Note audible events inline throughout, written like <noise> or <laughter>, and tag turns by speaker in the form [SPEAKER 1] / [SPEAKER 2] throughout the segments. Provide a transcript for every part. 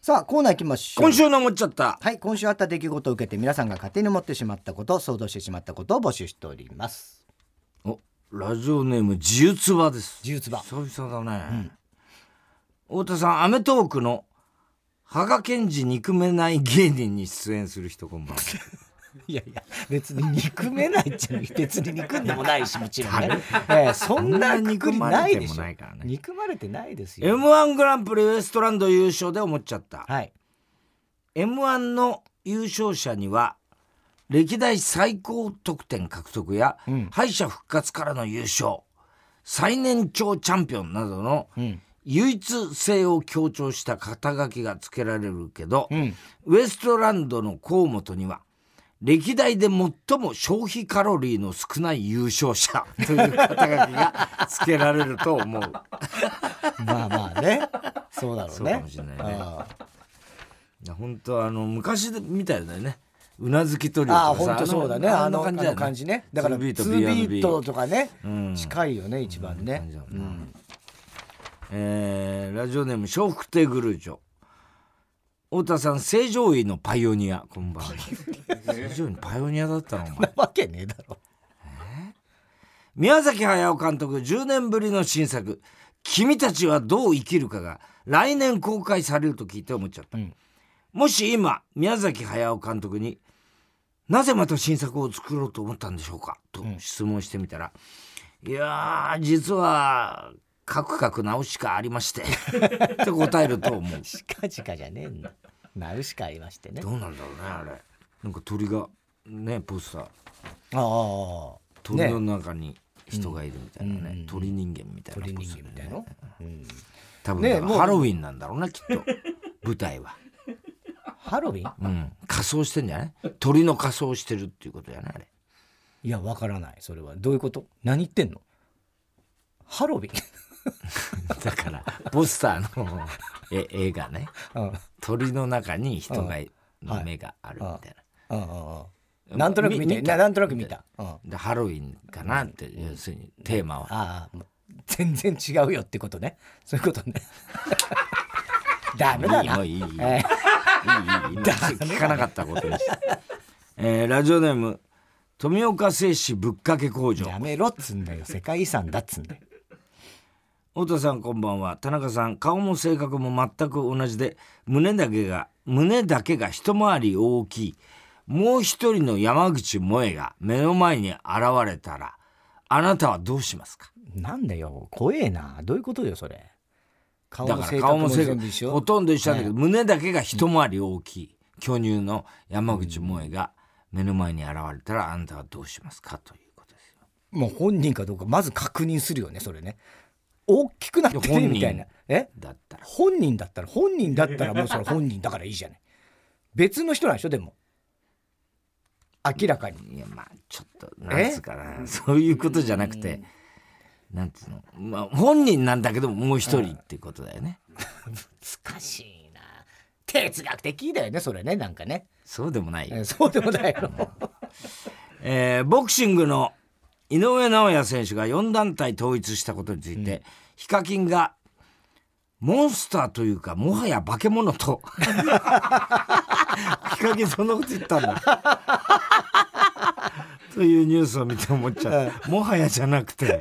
[SPEAKER 1] さあコーナー行きましょう
[SPEAKER 2] 今週の思っちゃった
[SPEAKER 1] はい今週あった出来事を受けて皆さんが勝手に思ってしまったこと想像してしまったことを募集しております
[SPEAKER 2] おラジオネーム自由つばです
[SPEAKER 1] 自由つば
[SPEAKER 2] 久々だね、太田さん『アメトーーク』の羽賀健二憎めない芸人に出演する人こんばんはい
[SPEAKER 1] やいや別に憎めないっちゃ別に憎んでもないしもちろ <laughs> んね、ええ <laughs> そんな憎りないで
[SPEAKER 2] そ
[SPEAKER 1] し
[SPEAKER 2] んな憎まれても
[SPEAKER 1] ょ
[SPEAKER 2] ないからね
[SPEAKER 1] 憎まれてないです
[SPEAKER 2] m
[SPEAKER 1] よ
[SPEAKER 2] 1グランプリウエストランド優勝で思っちゃった
[SPEAKER 1] はい
[SPEAKER 2] m 1の優勝者には歴代最高得点獲得や、
[SPEAKER 1] うん
[SPEAKER 2] 敗者復活からの優勝最年長チャンピオンなどの
[SPEAKER 1] うん
[SPEAKER 2] 唯一性を強調した肩書きが付けられるけど、
[SPEAKER 1] うん
[SPEAKER 2] ウエストランドの河本には歴代で最も消費カロリーの少ない優勝者 <laughs> という肩書きが付けられると思う
[SPEAKER 1] まあまあねそうだろう
[SPEAKER 2] そ
[SPEAKER 1] ね
[SPEAKER 2] うかもしれないね
[SPEAKER 1] ああ
[SPEAKER 2] いや本当あの昔みたいだよねうなずきトリオ
[SPEAKER 1] ああ
[SPEAKER 2] とかさ
[SPEAKER 1] 本当そうだね
[SPEAKER 2] あ
[SPEAKER 1] あ
[SPEAKER 2] の
[SPEAKER 1] の
[SPEAKER 2] あ
[SPEAKER 1] あ
[SPEAKER 2] んな感じだよ
[SPEAKER 1] の
[SPEAKER 2] ね
[SPEAKER 1] 感じねだから
[SPEAKER 2] 2ビート
[SPEAKER 1] 2ビート
[SPEAKER 2] B&B
[SPEAKER 1] とかね
[SPEAKER 2] うん
[SPEAKER 1] 近いよね一番ね
[SPEAKER 2] 感じだもんなえーラジオネーム笑福亭グルーチョ太田さん正常位のパイオニアこんばんは正常位のパイオニアだったのお前
[SPEAKER 1] なわけねえだろ
[SPEAKER 2] 宮崎駿監督10年ぶりの新作「君たちはどう生きるか」が来年公開されると聞いて思っちゃった、
[SPEAKER 1] うん
[SPEAKER 2] もし今宮崎駿監督に「なぜまた新作を作ろうと思ったんでしょうか?」と質問してみたら「いやー実はカクカク直しかありま
[SPEAKER 1] <laughs>
[SPEAKER 2] して」って答えると思う
[SPEAKER 1] 近々じゃねえんだなるしかありましてね
[SPEAKER 2] どうなんだろうねあれなんか鳥がねポスター
[SPEAKER 1] ああ
[SPEAKER 2] 鳥の中に人がいるみたいなね鳥人間みたいな
[SPEAKER 1] 鳥
[SPEAKER 2] ポス
[SPEAKER 1] 人
[SPEAKER 2] ターだよね
[SPEAKER 1] 間みたいの
[SPEAKER 2] 多分
[SPEAKER 1] ね
[SPEAKER 2] だから
[SPEAKER 1] もう
[SPEAKER 2] ハロウィンなんだろうなきっと舞台は、
[SPEAKER 1] ハロウィン
[SPEAKER 2] うん、仮装してんじゃない鳥の仮装してるっていうことやねあれ
[SPEAKER 1] いやわからないそれはどういうこと何言ってんのハロウィン
[SPEAKER 2] だからポスターのえ映画ね
[SPEAKER 1] うんうん
[SPEAKER 2] 鳥の中に人が
[SPEAKER 1] うん
[SPEAKER 2] の目があるみたい
[SPEAKER 1] うんう
[SPEAKER 2] な、
[SPEAKER 1] んなんとなく見
[SPEAKER 2] み
[SPEAKER 1] てななんとなく見たうん
[SPEAKER 2] でハロウィンかなって、要するにテーマは
[SPEAKER 1] ああもう全然違うよってことねそういうことね <laughs> ダメだ
[SPEAKER 2] いい
[SPEAKER 1] な
[SPEAKER 2] よいいよいいよ
[SPEAKER 1] え
[SPEAKER 2] いいいい聞かなかったことにして、えーラジオネーム富岡製紙ぶっかけ工場
[SPEAKER 1] ーやめろっつんだよ世界遺産だっつんだよ
[SPEAKER 2] 太田さんこんばんは田中さん顔も性格も全く同じで胸だけが胸だけが一回り大きいもう一人の山口萌えが目の前に現れたらあなたはどうしますか
[SPEAKER 1] なんだよ怖えなどういうことよそれ顔
[SPEAKER 2] だ
[SPEAKER 1] も
[SPEAKER 2] か
[SPEAKER 1] 性
[SPEAKER 2] ら顔
[SPEAKER 1] 格
[SPEAKER 2] も
[SPEAKER 1] も
[SPEAKER 2] 性
[SPEAKER 1] 全
[SPEAKER 2] 格
[SPEAKER 1] 部一
[SPEAKER 2] ほ
[SPEAKER 1] 緒
[SPEAKER 2] とんど一緒なんだけど、胸だけが一回り大きい巨乳の山口萌えが目の前に現れたらあなたはどうしますかということですよ
[SPEAKER 1] もう本人かどうかまず確認するよねそれね大きくなって
[SPEAKER 2] いや本
[SPEAKER 1] る
[SPEAKER 2] 人
[SPEAKER 1] みたいなえ
[SPEAKER 2] だったら
[SPEAKER 1] 本人だったら本人だったらもうそれ本人だからいいじゃない別の人なんでしょでも明らかに
[SPEAKER 2] いやまあちょっとなんつうかなそういうことじゃなくて、なんつうの、まあ、本人なんだけどもう一人っていうことだよね、
[SPEAKER 1] 難しいな哲学的だよねそれねなんかね
[SPEAKER 2] そうでもないよ、
[SPEAKER 1] えそうでもないの
[SPEAKER 2] えーボクシングの井上尚弥選手が4団体統一したことについて、ヒカキンがモンスターというかもはや化け物
[SPEAKER 1] <laughs>
[SPEAKER 2] とヒカキンそんなこと言ったんだというニュースを見て思っちゃうもはやじゃなくて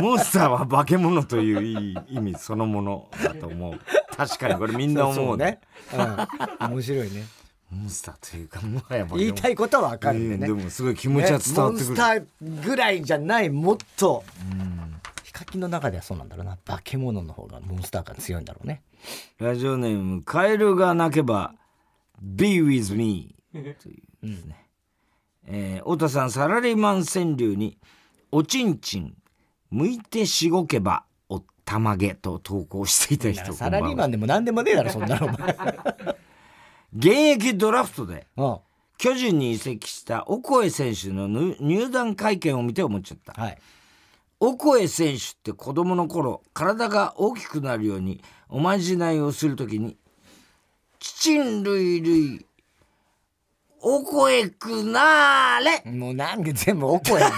[SPEAKER 2] モンスターは化け物といういい意味そのものだと思う確かにこれみんな思う
[SPEAKER 1] <laughs> そう
[SPEAKER 2] ね
[SPEAKER 1] ね、うん、面白 <laughs> いね
[SPEAKER 2] モンスターというかもはや化け物
[SPEAKER 1] 言いたいことは分かるん
[SPEAKER 2] うん
[SPEAKER 1] でね
[SPEAKER 2] でもすごい気持ちは伝わってくる、
[SPEAKER 1] ねモンスターぐらいじゃないもっとヒカキンの中ではそうなんだろうな化け物の方がモンスター感強いんだろうね
[SPEAKER 2] ラジオネーム「カエルが鳴けば Be with me」というですね、えー太田さんサラリーマン川柳に「おちんちん向いてしごけばおったまげ」と投稿していた人
[SPEAKER 1] サラリ
[SPEAKER 2] こ
[SPEAKER 1] ー
[SPEAKER 2] んば
[SPEAKER 1] マ
[SPEAKER 2] んは
[SPEAKER 1] ンでも何でもねえだろそんなのお <laughs> 前
[SPEAKER 2] 現役ドラフトで
[SPEAKER 1] うんは
[SPEAKER 2] 巨人に移籍したオコエ選手の入入団会見を見て思っちゃった
[SPEAKER 1] い
[SPEAKER 2] オコエ選手って子供の頃体が大きくなるようにおまじないをするときに「チチンルイルイオコエくなーれ
[SPEAKER 1] もう <laughs> なんか全部おこや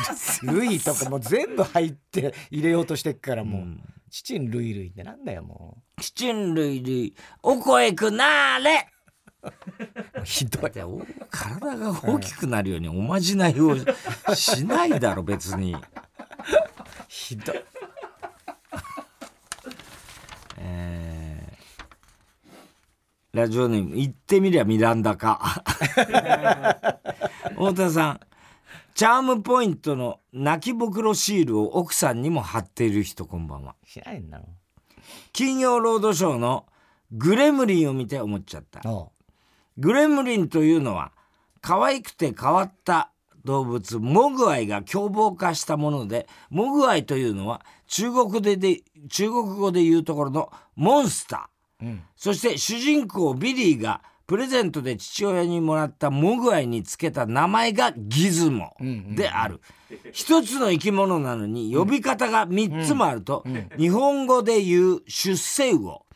[SPEAKER 1] ルイとかもう全部入って入れようとしてっからもう、チチンルイルイってなんだよもう。
[SPEAKER 2] チチンルイルイ、おこえくなーれ
[SPEAKER 1] ひどい。
[SPEAKER 2] でお体が大きくなるようにおまじないをしないだろ、別に。
[SPEAKER 1] <laughs> ひどい。
[SPEAKER 2] えーラジオネーム、言ってみりゃミランダか。太田さん、チャームポイントの泣きぼくろシールを奥さんにも貼っている人、こんばんは。
[SPEAKER 1] 知らへんなの。
[SPEAKER 2] 金曜ロードショーのグレムリンを見て思っちゃった。
[SPEAKER 1] おう
[SPEAKER 2] グレムリンというのは可愛くて変わった動物モグアイが凶暴化したものでモグアイというのは中国でで中国語でいうところのモンスター、
[SPEAKER 1] うん
[SPEAKER 2] そして主人公ビリーがプレゼントで父親にもらったモグアイにつけた名前がギズモである一、つの生き物なのに呼び方が3つもあると、日本語で言う出世魚、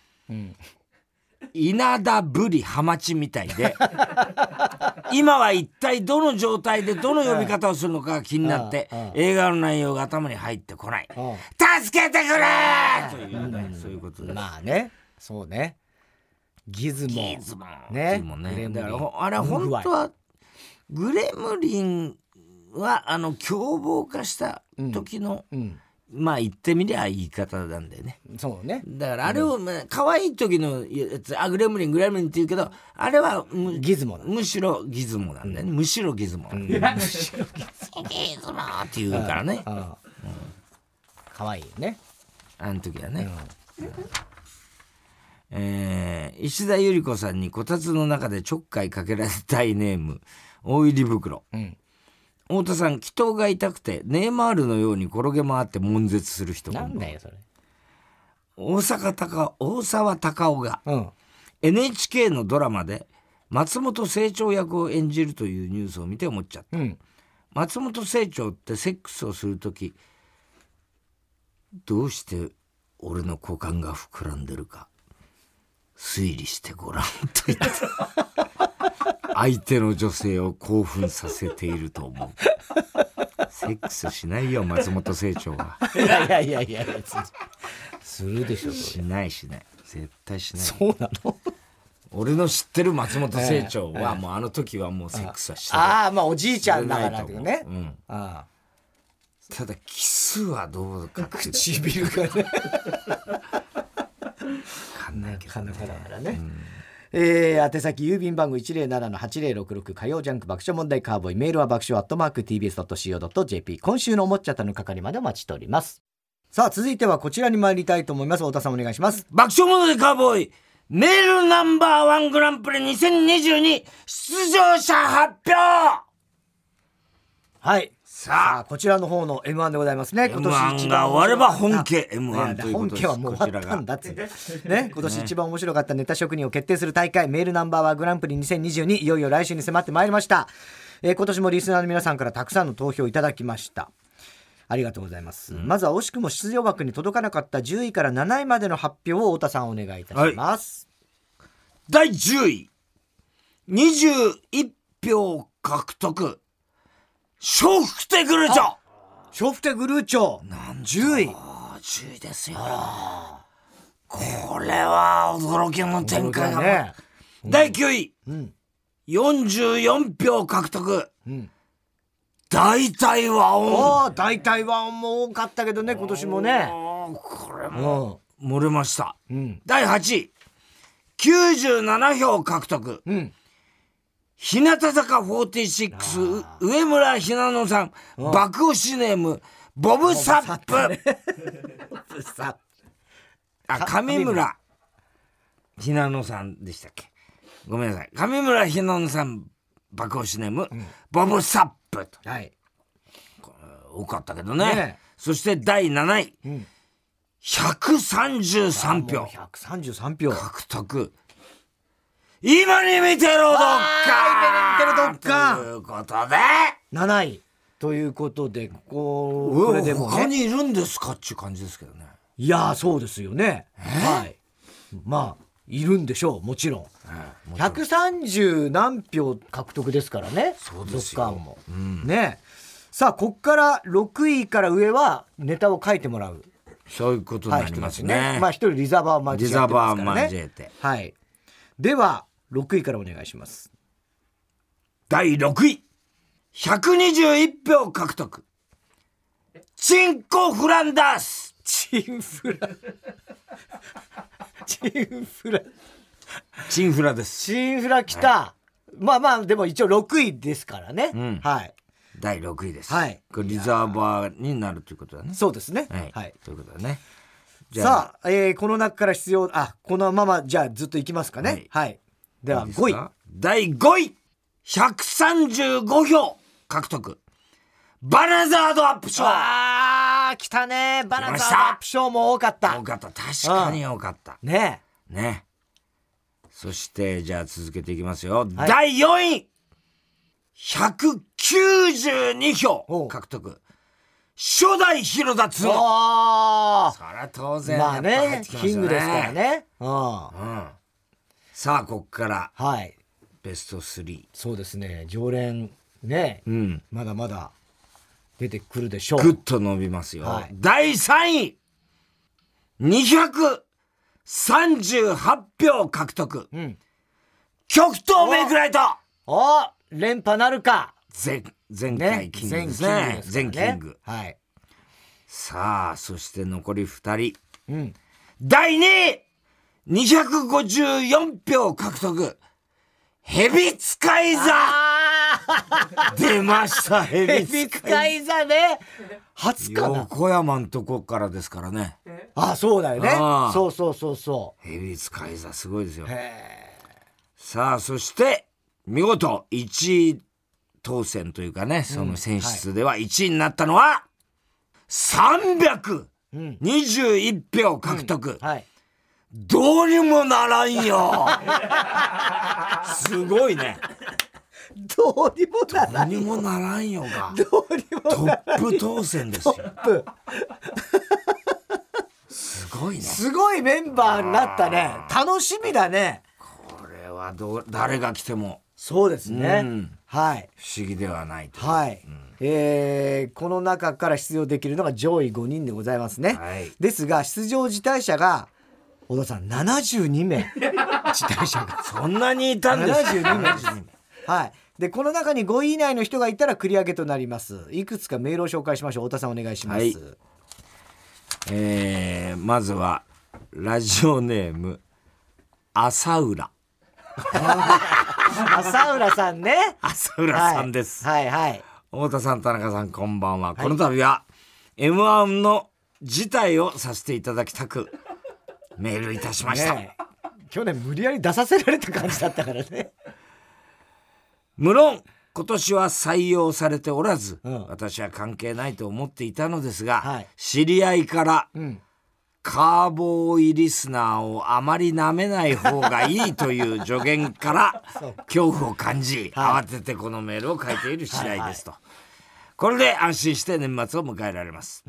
[SPEAKER 2] 稲田ぶりハマチみたいで
[SPEAKER 1] <laughs>
[SPEAKER 2] 今は一体どの状態でどの呼び方をするのかが気になって
[SPEAKER 1] うんうん
[SPEAKER 2] 映画の内容が頭に入ってこない
[SPEAKER 1] おう
[SPEAKER 2] 「助けてくれ!」というねそういうことです。
[SPEAKER 1] まあね。そうね。ギズモ。
[SPEAKER 2] ギズモンって
[SPEAKER 1] ね
[SPEAKER 2] いうもん
[SPEAKER 1] グレ
[SPEAKER 2] ね
[SPEAKER 1] ムリン
[SPEAKER 2] だからほあれ本当はグレムリンはあの凶暴化した時の、
[SPEAKER 1] うん。
[SPEAKER 2] まあ言ってみりゃ言い方なんだよね。
[SPEAKER 1] そうね。
[SPEAKER 2] だからあれを、まあ可愛い時のやつあグレムリングレムリンって言うけどあれはむ
[SPEAKER 1] ギズモだ。
[SPEAKER 2] むしろギズモなんだよね、むしろギズモ、 <laughs> むしろギズモって言うからねあ
[SPEAKER 1] ああ。可愛いよね。
[SPEAKER 2] の時はね、えー石田ゆり子さんにこたつの中でちょっかいかけられたいネーム大入り袋、
[SPEAKER 1] ん
[SPEAKER 2] 太田さん祈祷が痛くてネイマールのように転げ回って悶絶する人
[SPEAKER 1] なんだよそれ。
[SPEAKER 2] 大阪高大沢隆夫が
[SPEAKER 1] うん。
[SPEAKER 2] NHK のドラマで松本清張役を演じるというニュースを見て思っちゃった
[SPEAKER 1] うん。
[SPEAKER 2] 松本清張ってセックスをする時どうして俺の股間が膨らんでるか推理してごらんと言って
[SPEAKER 1] <laughs>
[SPEAKER 2] 相手の女性を興奮させていると思うセックスしないよ松本清張はい
[SPEAKER 1] やいやいやいや。別にするでしょ。そ <laughs>
[SPEAKER 2] しないしない絶対しない
[SPEAKER 1] れそうなの。
[SPEAKER 2] 俺の知ってる松本清張はもうあの時はもうセックスはしてない
[SPEAKER 1] ああまあおじいちゃんだからっていう
[SPEAKER 2] してない
[SPEAKER 1] ね
[SPEAKER 2] と。思ううん
[SPEAKER 1] ああ。
[SPEAKER 2] ただキスはどうかっていう
[SPEAKER 1] 唇が
[SPEAKER 2] <laughs>
[SPEAKER 1] ね。
[SPEAKER 2] かんないけどね
[SPEAKER 1] だからね。えー、宛先郵便番号107-8066火曜ジャンク爆笑問題カーボーイメールは爆笑アットマーク TBS.CO.JP 今週の思っちゃったの係までお待ちしておりますさあ続いてはこちらに参りたいと思います太田さんお願いします
[SPEAKER 2] 爆笑問題カーボーイメールナンバーワングランプリ2022出場者発表
[SPEAKER 1] はいさ
[SPEAKER 2] さ
[SPEAKER 1] あこちらの方の M1 でございますね今
[SPEAKER 2] M1
[SPEAKER 1] 年一番
[SPEAKER 2] が終われば本家 M1
[SPEAKER 1] いや
[SPEAKER 2] ということです
[SPEAKER 1] 本家はもう終わったんだっつってね今年一番面白かったネタ職人を決定する大会メールナンバーはグランプリ2022いよいよ来週に迫ってまいりました、えー今年もリスナーの皆さんからたくさんの投票をいただきましたありがとうございます、まずは惜しくも出場枠に届かなかった10位から7位までの発表を太田さんお願いいたします、
[SPEAKER 2] 第10位21票獲得笑福亭グルーチョ
[SPEAKER 1] ショフテグルーチョ10位
[SPEAKER 2] あ10位ですよこれは驚きの展開が、
[SPEAKER 1] ね
[SPEAKER 2] 第9位、
[SPEAKER 1] ん
[SPEAKER 2] 44票獲得、
[SPEAKER 1] ん
[SPEAKER 2] 大体はオン
[SPEAKER 1] おー大体はもう多かったけどね今年もね
[SPEAKER 2] おーこれ
[SPEAKER 1] う
[SPEAKER 2] も
[SPEAKER 1] ん
[SPEAKER 2] 漏れました
[SPEAKER 1] うん
[SPEAKER 2] 第8位97票獲得
[SPEAKER 1] うん
[SPEAKER 2] 日向坂46う上村ひなのさん爆推しネームボブサップ
[SPEAKER 1] さ
[SPEAKER 2] あ上村ひなのさんでしたっけごめんなさい上村ひなのさん爆推しネーム、ボブサップと
[SPEAKER 1] はい
[SPEAKER 2] 多かったけどね
[SPEAKER 1] ね
[SPEAKER 2] そして第7位、
[SPEAKER 1] ん
[SPEAKER 2] 133
[SPEAKER 1] もう
[SPEAKER 2] 票
[SPEAKER 1] 133票
[SPEAKER 2] 獲得今に見てろどっか
[SPEAKER 1] 今に見てろどっか
[SPEAKER 2] ということで
[SPEAKER 1] 7位ということでここ
[SPEAKER 2] こ
[SPEAKER 1] こ
[SPEAKER 2] れ
[SPEAKER 1] れ
[SPEAKER 2] で
[SPEAKER 1] で
[SPEAKER 2] も
[SPEAKER 1] も、
[SPEAKER 2] 他
[SPEAKER 1] ね、
[SPEAKER 2] にいるんですかっていう感じですけどね
[SPEAKER 1] いやーそうですよねはいまあいるんでしょうもちろん130何票獲得ですからね
[SPEAKER 2] そうですよ
[SPEAKER 1] ロッカーも、ねさあこっから6位から上はネタを書いてもらう
[SPEAKER 2] そういうことに
[SPEAKER 1] はい、
[SPEAKER 2] なります
[SPEAKER 1] 一人
[SPEAKER 2] ね。
[SPEAKER 1] まあ一人リザーバーマン
[SPEAKER 2] リザーバーマンジ
[SPEAKER 1] ね。
[SPEAKER 2] ェて。
[SPEAKER 1] はい。では、6位からお願いします。
[SPEAKER 2] 第6位。121票獲得。チンコフランダース。
[SPEAKER 1] チンフラ。 <laughs> チンフラ。
[SPEAKER 2] チンフラです。
[SPEAKER 1] チンフラ来た。まあまあ、でも一応6位ですからね。
[SPEAKER 2] ん
[SPEAKER 1] はい。
[SPEAKER 2] 第6位です。
[SPEAKER 1] はい
[SPEAKER 2] これリザーバーになるということだね。
[SPEAKER 1] そうですね。
[SPEAKER 2] はい。
[SPEAKER 1] はい。
[SPEAKER 2] ということだね。じゃあ、
[SPEAKER 1] さあ、えーこの中から必要、あ、このまま、じゃあずっといきますかね。は
[SPEAKER 2] はいい。
[SPEAKER 1] では、
[SPEAKER 2] いいです
[SPEAKER 1] 5位。
[SPEAKER 2] か第5位。135票獲得。バナザードアップ賞
[SPEAKER 1] あー、来たね。バナナアップショーも多かった
[SPEAKER 2] 多。かった。確かに多かった。
[SPEAKER 1] ね
[SPEAKER 2] ね。そして、じゃあ続けていきますよ。第4位 !192
[SPEAKER 1] お
[SPEAKER 2] 票
[SPEAKER 1] う
[SPEAKER 2] 獲得。初代広田
[SPEAKER 1] え。
[SPEAKER 2] 通
[SPEAKER 1] お
[SPEAKER 2] 夫
[SPEAKER 1] ー。
[SPEAKER 2] そりゃ当然、
[SPEAKER 1] まあ
[SPEAKER 2] やっぱ入
[SPEAKER 1] ね
[SPEAKER 2] っ、てきます
[SPEAKER 1] キ
[SPEAKER 2] よ
[SPEAKER 1] ングですから。ね。うん。は
[SPEAKER 2] うん。さあ、こっから、
[SPEAKER 1] い。
[SPEAKER 2] ベスト3。
[SPEAKER 1] そうですね。常連、ね、
[SPEAKER 2] うん。
[SPEAKER 1] まだまだ出てくるでしょ
[SPEAKER 2] ぐっ
[SPEAKER 1] う。
[SPEAKER 2] と伸びますよ。
[SPEAKER 1] はい
[SPEAKER 2] 第3位 !238 票獲得。
[SPEAKER 1] うん。
[SPEAKER 2] 極東メイクライト
[SPEAKER 1] お連覇なるか。
[SPEAKER 2] 前、前
[SPEAKER 1] ね
[SPEAKER 2] 回。キングですね。前
[SPEAKER 1] 前キングです
[SPEAKER 2] キ
[SPEAKER 1] からね
[SPEAKER 2] ング。
[SPEAKER 1] はい。
[SPEAKER 2] さあ、そして残り2人。
[SPEAKER 1] うん。
[SPEAKER 2] 第2位 !254 票獲得。ヘビ使い座
[SPEAKER 1] あ
[SPEAKER 2] 出ました、
[SPEAKER 1] ーヘ
[SPEAKER 2] ヘ
[SPEAKER 1] ビ
[SPEAKER 2] ビ
[SPEAKER 1] 使
[SPEAKER 2] 使い
[SPEAKER 1] い座ね。初
[SPEAKER 2] 座
[SPEAKER 1] かな。
[SPEAKER 2] 横山んとこからですからね。
[SPEAKER 1] あ、そうだよね
[SPEAKER 2] あ。ー
[SPEAKER 1] そうそうそうそ
[SPEAKER 2] ヘビ使い座すごいですよ
[SPEAKER 1] う。。へ
[SPEAKER 2] さあ、そして、見事1位当選というかね、その選出では1位になったのは、321票獲得。
[SPEAKER 1] ーはい。
[SPEAKER 2] どうにもならんよすごいね。
[SPEAKER 1] どうにもな
[SPEAKER 2] ど
[SPEAKER 1] ら
[SPEAKER 2] う
[SPEAKER 1] ない。
[SPEAKER 2] にもならんよが。
[SPEAKER 1] どうにも
[SPEAKER 2] トップ当選ですよ。すごいね。
[SPEAKER 1] すごいメンバーになったね。楽しみだね。
[SPEAKER 2] これはどう誰が来ても
[SPEAKER 1] そうですね。
[SPEAKER 2] うん
[SPEAKER 1] はい。
[SPEAKER 2] 不思議ではないと。
[SPEAKER 1] はい、えーこの中から出場できるのが上位5人でございますね、
[SPEAKER 2] はい
[SPEAKER 1] ですが出場辞退者が小田さん72名辞退者が
[SPEAKER 2] <laughs> そん <laughs> なにいたんですか
[SPEAKER 1] 72名ですはいでこの中に5位以内の人がいたら繰り上げとなりますいくつかメールを紹介しましょう太田さんお願いします、
[SPEAKER 2] はいえー、まずは、ラジオネーム、浅浦。
[SPEAKER 1] 浅浦さんね
[SPEAKER 2] 浅浦さんです。
[SPEAKER 1] はいはいはい
[SPEAKER 2] 太田さん、田中さん、こんばんは。この度は、M1 の辞退をさせていただきたく、メールいたしました。
[SPEAKER 1] ねえ去年無理やり出させられた感じだったから
[SPEAKER 2] <laughs>
[SPEAKER 1] ね
[SPEAKER 2] 無論、今年は採用されておらず、
[SPEAKER 1] うん
[SPEAKER 2] 私は関係ないと思っていたのですが、
[SPEAKER 1] はい
[SPEAKER 2] 知り合いから、
[SPEAKER 1] ん
[SPEAKER 2] カーボーイリスナーをあまり舐めない方がいいという助言から <laughs> 恐怖を感じ、
[SPEAKER 1] はい
[SPEAKER 2] 慌ててこのメールを書いている次第ですと。これで安心して年末を迎えられます。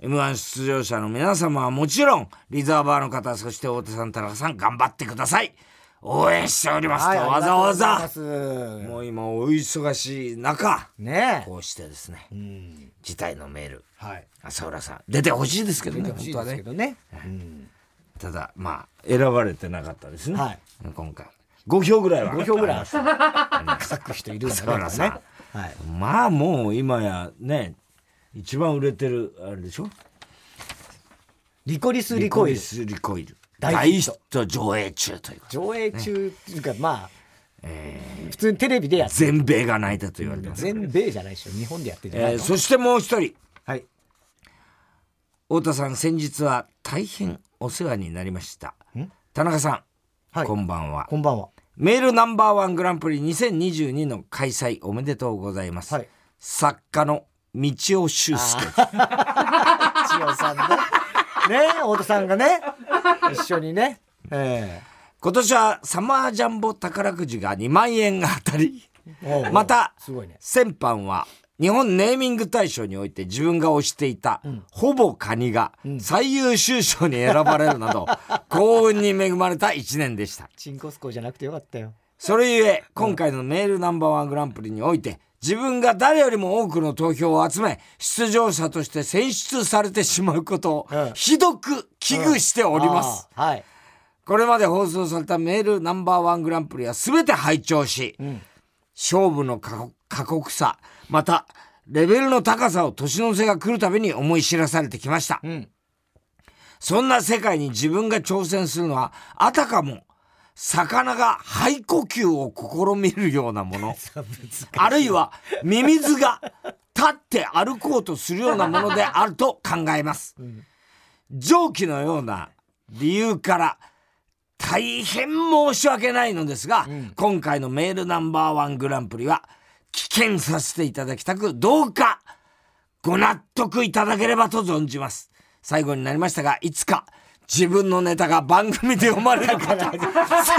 [SPEAKER 2] M1 出場者の皆様はもちろん、リザーバーの方、そして太田さん、田中さん、頑張ってください。応援しておりますと、
[SPEAKER 1] はい
[SPEAKER 2] わざわ
[SPEAKER 1] あり
[SPEAKER 2] ざ
[SPEAKER 1] が。とうございます
[SPEAKER 2] もう今お忙しい中
[SPEAKER 1] ねえ
[SPEAKER 2] こうしてですね、事態のメール
[SPEAKER 1] はい
[SPEAKER 2] 浅浦さん出てほしいですけどね
[SPEAKER 1] 欲し
[SPEAKER 2] 本当
[SPEAKER 1] いで
[SPEAKER 2] は
[SPEAKER 1] すけ
[SPEAKER 2] ね
[SPEAKER 1] どね
[SPEAKER 2] ただまあ選ばれてなかったですね、
[SPEAKER 1] はい
[SPEAKER 2] 今回5票ぐらいは
[SPEAKER 1] 5票ぐら
[SPEAKER 2] <laughs>
[SPEAKER 1] い書く人いるんだね
[SPEAKER 2] そうださ
[SPEAKER 1] はい、
[SPEAKER 2] まあもう今やね一番売れてるあれでしょ
[SPEAKER 1] リコリス・リコイル
[SPEAKER 2] スリコイル
[SPEAKER 1] 大
[SPEAKER 2] 大
[SPEAKER 1] ヒ
[SPEAKER 2] ヒ
[SPEAKER 1] ッ
[SPEAKER 2] ット上映中ということ
[SPEAKER 1] 上映中っていうか、まあ、普通にテレビでやって
[SPEAKER 2] 全米が泣いたと言われてます、
[SPEAKER 1] 全米じゃないでしょ日本でやってんじゃな
[SPEAKER 2] え
[SPEAKER 1] い
[SPEAKER 2] ー
[SPEAKER 1] の、
[SPEAKER 2] そしてもう一人
[SPEAKER 1] はい
[SPEAKER 2] 太田さん先日は大変お世話になりました田中さん、
[SPEAKER 1] はい
[SPEAKER 2] こんばんは
[SPEAKER 1] こんばんは
[SPEAKER 2] メールナンバーワングランプリ2022の開催おめでとうございます。
[SPEAKER 1] はい
[SPEAKER 2] 作家の道尾修介。
[SPEAKER 1] <laughs> 千代さんねね太田さんがね一緒にねえ
[SPEAKER 2] 今年はサマージャンボ宝くじが2万円が当た
[SPEAKER 1] <laughs>
[SPEAKER 2] り、
[SPEAKER 1] えおうおう
[SPEAKER 2] また
[SPEAKER 1] すごいね
[SPEAKER 2] 先般は日本ネーミング大賞において自分が推していた、ほぼカニが最優秀賞に選ばれるな
[SPEAKER 1] <laughs>
[SPEAKER 2] ど、幸運に恵まれた1年でした。
[SPEAKER 1] チンコスコじゃなくてよかったよ
[SPEAKER 2] それゆえ今回のメールナンバーワングランプリにおいて自分が誰よりも多くの投票を集め、出場者として選出されてしまうことを
[SPEAKER 1] うん、
[SPEAKER 2] ひどく危惧しております。
[SPEAKER 1] あーはい。
[SPEAKER 2] これまで放送されたメールナンバーワングランプリは全て拝聴し、勝負の過酷過酷さ、また、レベルの高さを年の瀬が来るたびに思い知らされてきました。
[SPEAKER 1] うん。
[SPEAKER 2] そんな世界に自分が挑戦するのは、あたかも、魚が肺呼吸を試みるようなもの。あるいは、ミミズが立って歩こうとするようなものであると考えます。蒸気のような理由から、大変申し訳ないのですが、今回のメールナンバーワングランプリは、棄権させていただきたく、どうか、ご納得いただければと存じます。最後になりましたが、いつか、自分のネタが番組で読まれる
[SPEAKER 1] <laughs>
[SPEAKER 2] ことを切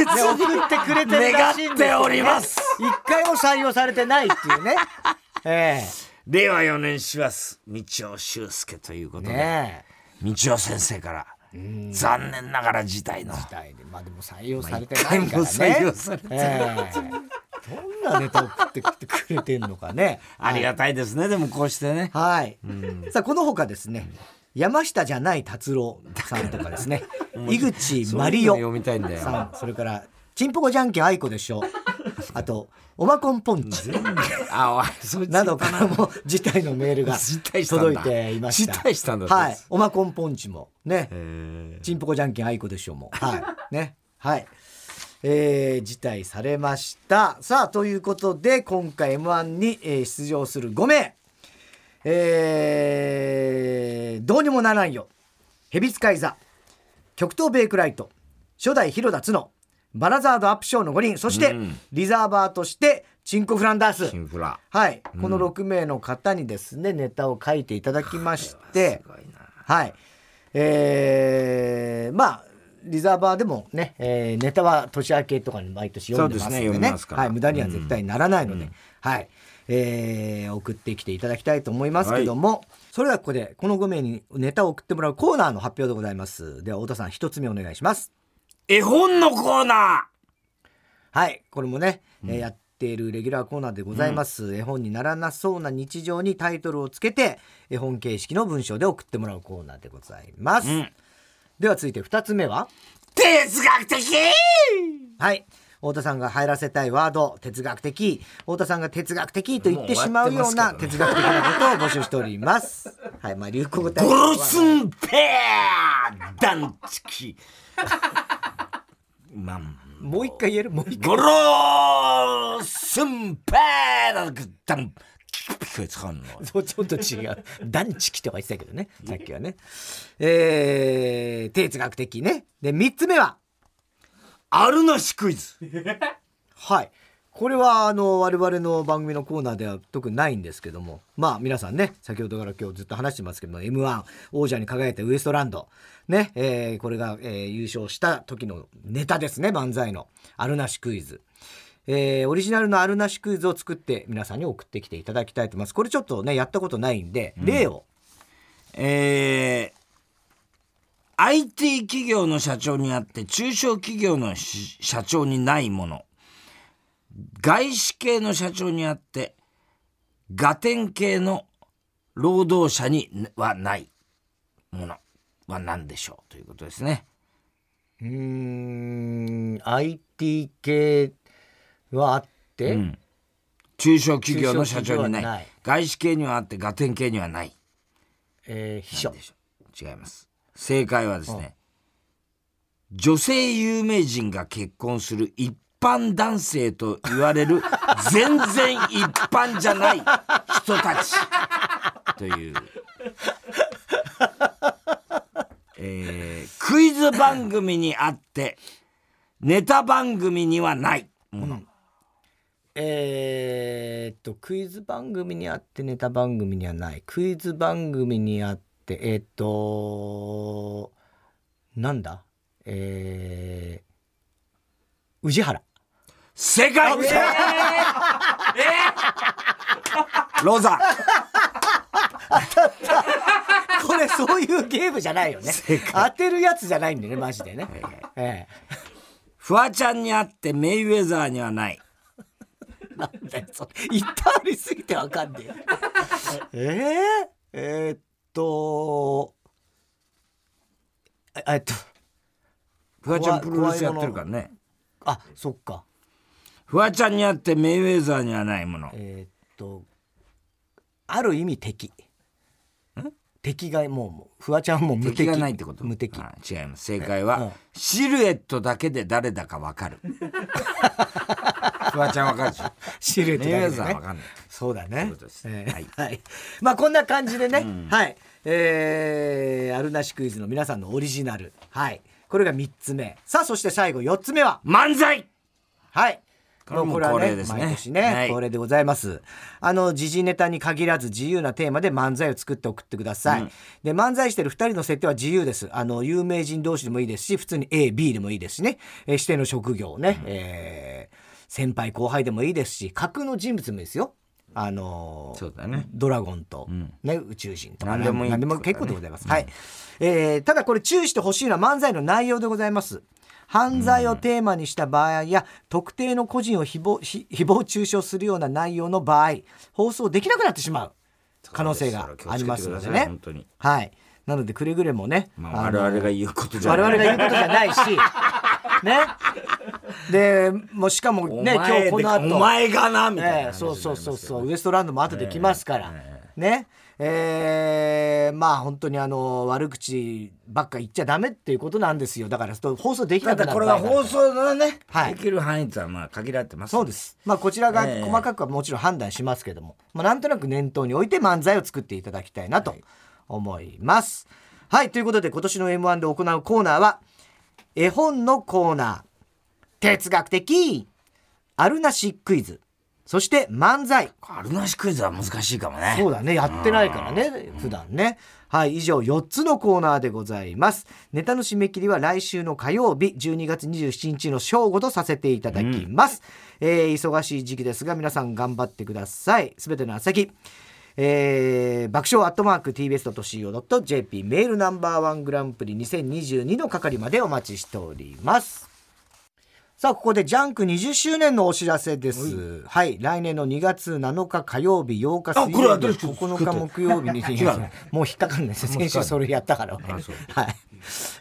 [SPEAKER 1] <laughs> 送ってくれてる
[SPEAKER 2] に
[SPEAKER 1] ら
[SPEAKER 2] 願
[SPEAKER 1] しいん
[SPEAKER 2] っ
[SPEAKER 1] ですよ
[SPEAKER 2] て
[SPEAKER 1] ね
[SPEAKER 2] おります。
[SPEAKER 1] 一回も採用されてないっていうね。え
[SPEAKER 2] 令和4年師走、道尾修介ということで、
[SPEAKER 1] え。ねえ。
[SPEAKER 2] 道尾先生から、残念ながら辞退の。
[SPEAKER 1] 大でまあでも採用されて
[SPEAKER 2] 一
[SPEAKER 1] ない
[SPEAKER 2] 回
[SPEAKER 1] から
[SPEAKER 2] も
[SPEAKER 1] ね。
[SPEAKER 2] 採用されてない
[SPEAKER 1] ええどんなネタ送ってきてくれてんのかね。
[SPEAKER 2] ありがたいですね、でもこうしてね。
[SPEAKER 1] はい。さあ、この他ですね、山下じゃない達郎さんとかですね、井口マリ
[SPEAKER 2] そういうの読み
[SPEAKER 1] オ
[SPEAKER 2] たいんだよ。
[SPEAKER 1] さん、それから、チンポコジャンケン愛子でしょ。あと、オマコンポンチ
[SPEAKER 2] <laughs> あ、おい、そいつ
[SPEAKER 1] などからも辞退のメールが
[SPEAKER 2] 辞退したんだ
[SPEAKER 1] 届いていました。
[SPEAKER 2] 辞退したんだ
[SPEAKER 1] は
[SPEAKER 2] そい
[SPEAKER 1] い
[SPEAKER 2] つ。
[SPEAKER 1] オマコンポンチも、ね、
[SPEAKER 2] え
[SPEAKER 1] チンポコジャンケン愛子でしょも。はい。ね。はい。えー、辞退されました。さあ、ということで、今回 M1 に、えー出場する5名。えー、どうにもならんよ。ヘビ使い座。極東ベイクライト。初代広田角。バラザードアップショーの5人。そして、
[SPEAKER 2] うん
[SPEAKER 1] リザーバーとして、チンコフランダー
[SPEAKER 2] ー
[SPEAKER 1] ス
[SPEAKER 2] シ。ンフラ。
[SPEAKER 1] はい。この6名の方にですね、ネタを書いていただきまして。
[SPEAKER 2] すごいな。
[SPEAKER 1] はい。えー、まあ、リザーバーでもね、えーネタは年明けとかに毎年読んでますんでね。
[SPEAKER 2] そうですね読みますから
[SPEAKER 1] はい、無駄には絶対ならないので、はい。えー送ってきていただきたいと思いますけども、それではここで、この5名にネタを送ってもらうコーナーの発表でございます。では、太田さん、一つ目お願いします。
[SPEAKER 2] 絵本のコーナ
[SPEAKER 1] はい、これもね、えーやっているレギュラーコーナーでございます、絵本にならなそうな日常にタイトルをつけて、絵本形式の文章で送ってもらうコーナーでございます。
[SPEAKER 2] ん
[SPEAKER 1] では続いて2つ目は
[SPEAKER 2] ー哲学的
[SPEAKER 1] はい。太田さんが入らせたいワード、哲学的。太田さんが哲学的と言ってしまうような
[SPEAKER 2] もう終わってますけ
[SPEAKER 1] 哲学的なことを募集しております。 <laughs> はい。まあ、流行体
[SPEAKER 2] ゴロスンペアダンチキ。 <laughs> まん
[SPEAKER 1] もう一回言えるもう一回。
[SPEAKER 2] ゴロスンペアダンチキ。聞こえつかんの。
[SPEAKER 1] そうちょっと違う。 <laughs> ダンチキとか言ってたけどね。さっきはね。えー、哲学的ね。で、三つ目は
[SPEAKER 2] あるなしクイズ。
[SPEAKER 1] はい。これはあの我々の番組のコーナーでは特にないんですけどもまあ皆さんね先ほどから今日ずっと話してますけども m 1王者に輝いたウエストランドね、えーこれが、えー優勝した時のネタですね漫才の「あるなしクイズ」えーオリジナルのあるなしクイズを作って皆さんに送ってきていただきたいと思いますこれちょっとねやったことないんで、例を
[SPEAKER 2] えー IT 企業の社長にあって中小企業のし社長にないもの外資系の社長にあってガテン系の労働者にはないものは何でしょうということですね。
[SPEAKER 1] うーん IT 系はあって、
[SPEAKER 2] うん中小企業の社長にない
[SPEAKER 1] 中小企業はない
[SPEAKER 2] 外資系にはあってガテン系にはない
[SPEAKER 1] えー秘書
[SPEAKER 2] でしょ違います正解はですね、女性有名人が結婚する一般男性と言われる全然一般じゃない人たちという、えークイズ番組にあってネタ番組にはないもの、
[SPEAKER 1] えーっとクイズ番組にあってネタ番組にはないクイズ番組にあってえーっとなんだえー、宇治 <laughs> 原
[SPEAKER 2] 正解えーロザ
[SPEAKER 1] これそういうゲームじゃないよね当てるやつじゃないんでねマジでね、ええ
[SPEAKER 2] フワちゃんにあってメイウェザーにはない。
[SPEAKER 1] なんだよそれったありすぎてわかんねええー、えー、っとええっと
[SPEAKER 2] フワちゃんプロレスやってるからね
[SPEAKER 1] あそっか
[SPEAKER 2] フワちゃんにあってメイウェザーにはないもの
[SPEAKER 1] えー、っとある意味敵敵がもうもうフワちゃんはもう無敵
[SPEAKER 2] 敵がないってこと
[SPEAKER 1] 無敵
[SPEAKER 2] あ違います正解は、シルエットだけで誰だかわか
[SPEAKER 1] <laughs>
[SPEAKER 2] るフワちゃんわかるでしょ
[SPEAKER 1] シルエット
[SPEAKER 2] メイウ
[SPEAKER 1] だけ
[SPEAKER 2] ェ
[SPEAKER 1] で
[SPEAKER 2] ザーわ
[SPEAKER 1] ね
[SPEAKER 2] かんない
[SPEAKER 1] そうだね
[SPEAKER 2] ことです
[SPEAKER 1] えー
[SPEAKER 2] はい
[SPEAKER 1] はい、まあこんな感じでね、はいえー、あるなしクイズの皆さんのオリジナルはいこれが3つ目さあそして最後4つ目は
[SPEAKER 2] 漫才
[SPEAKER 1] はい。
[SPEAKER 2] これも
[SPEAKER 1] もう
[SPEAKER 2] 恒例ですね
[SPEAKER 1] 毎年ね、
[SPEAKER 2] はい
[SPEAKER 1] 恒例でございます。あの、時事ネタに限らず自由なテーマで漫才を作って送ってください。で、漫才してる二人の設定は自由です。あの、有名人同士でもいいですし、普通に A、B でもいいですしね。えー指定の職業ね、えー先輩後輩でもいいですし、架空の人物もいいですよ。あのー
[SPEAKER 2] そうだね
[SPEAKER 1] ドラゴンと、ね、宇宙人とか
[SPEAKER 2] 何でもいいってことだね
[SPEAKER 1] 結構でございます。はい、えーただこれ注意してほしいのは漫才の内容でございます。犯罪をテーマにした場合や、特定の個人を誹謗ひ誹謗中傷するような内容の場合放送できなくなってしまう可能性がありますので
[SPEAKER 2] それは気をつけてください
[SPEAKER 1] ね。
[SPEAKER 2] 本当に
[SPEAKER 1] はい、なのでくれぐれもね、
[SPEAKER 2] ま
[SPEAKER 1] あの
[SPEAKER 2] あ、我々が言うことじゃ
[SPEAKER 1] 我
[SPEAKER 2] ない
[SPEAKER 1] 々が言うことじゃないしねでもうしかも
[SPEAKER 2] お
[SPEAKER 1] ね
[SPEAKER 2] 前
[SPEAKER 1] 今日この
[SPEAKER 2] で
[SPEAKER 1] 後
[SPEAKER 2] お前がなみたいな、
[SPEAKER 1] ええそうそうそうそうウエストランドも後で来ますから、ねええまあ本当にあの悪口ばっか言っちゃダメっていうことなんですよだからそう放送でき
[SPEAKER 2] た
[SPEAKER 1] なくな
[SPEAKER 2] だ
[SPEAKER 1] る
[SPEAKER 2] これは放送のね、
[SPEAKER 1] はい
[SPEAKER 2] できる範囲とはまあ限られてます
[SPEAKER 1] そうですまあこちらが
[SPEAKER 2] ええ
[SPEAKER 1] 細かくはもちろん判断しますけども、まあ、なんとなく念頭に置いて漫才を作っていただきたいなと思いますはい、ということで今年の m 1で行うコーナーは絵本のコーナー哲学的あるなしクイズそして漫才
[SPEAKER 2] あるなしクイズは難しいかもね
[SPEAKER 1] そうだねやってないからね普段ねはい以上4つのコーナーでございますネタの締め切りは来週の火曜日12月27日の正午とさせていただきます、えー忙しい時期ですが皆さん頑張ってくださいすべての宛先えー爆笑アットマーク TBS.CO.jp メールナンバーワングランプリ2022の係までお待ちしておりますさあここでジャンク20周年のお知らせです。はい、来年の2月7日火曜日、8日水
[SPEAKER 2] これ
[SPEAKER 1] 曜
[SPEAKER 2] は
[SPEAKER 1] 日、
[SPEAKER 2] どうして
[SPEAKER 1] 9日木曜日
[SPEAKER 2] <laughs>
[SPEAKER 1] に
[SPEAKER 2] 違うの
[SPEAKER 1] もう引っかかんないです。先週それやったから。俺は
[SPEAKER 2] あ
[SPEAKER 1] い
[SPEAKER 2] そう。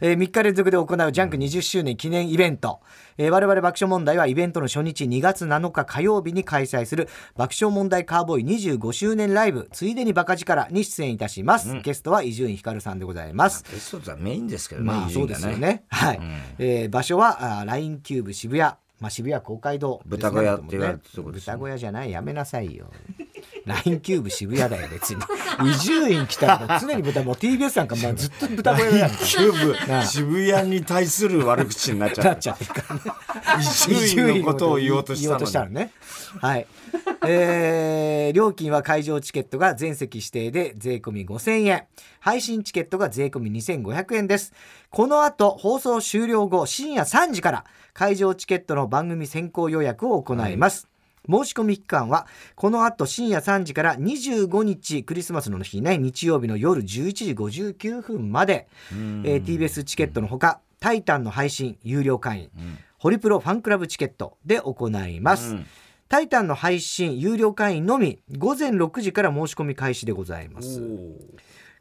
[SPEAKER 1] えー3日連続で行うジャンク20周年記念イベント。えー我々爆笑問題はイベントの初日2月7日火曜日に開催する爆笑問題カーボーイ25周年ライブ、ついでにバカ力に出演いたします。ゲストは伊集院光さんでございます。
[SPEAKER 2] テストとはメインですけどね
[SPEAKER 1] まあ
[SPEAKER 2] 伊集
[SPEAKER 1] そう
[SPEAKER 2] 院
[SPEAKER 1] で
[SPEAKER 2] がね
[SPEAKER 1] すよね。はい。えー場所はあーラインキューブ渋谷。まあ渋谷公会堂です
[SPEAKER 2] 豚
[SPEAKER 1] ね、
[SPEAKER 2] 小屋って言われてるとこですね
[SPEAKER 1] 豚小屋じゃないやめなさいよ。ラインキューブ渋谷だよ別に。伊集院来たら常に豚もう TBS なんかまあずっと豚小屋だよ。
[SPEAKER 2] キューブ渋谷に対する悪口になっちゃ
[SPEAKER 1] な
[SPEAKER 2] っ
[SPEAKER 1] っちゃってるからね。
[SPEAKER 2] た伊集院のことを言おうとし
[SPEAKER 1] 言お
[SPEAKER 2] たのに
[SPEAKER 1] のね。はい。えー料金は会場チケットが全席指定で税込み5000円。配信チケットが税込み2500円です。この後、放送終了後、深夜3時から、会場チケットの番組先行予約を行います。申し込み期間はこの後深夜3時から25日クリスマスの日ね日曜日の夜11時59分まで、えー TBS チケットのほか「タイタン」の配信有料会員、ホリプロファンクラブチケットで行います、タイタンの配信有料会員のみ午前6時から申し込み開始でございます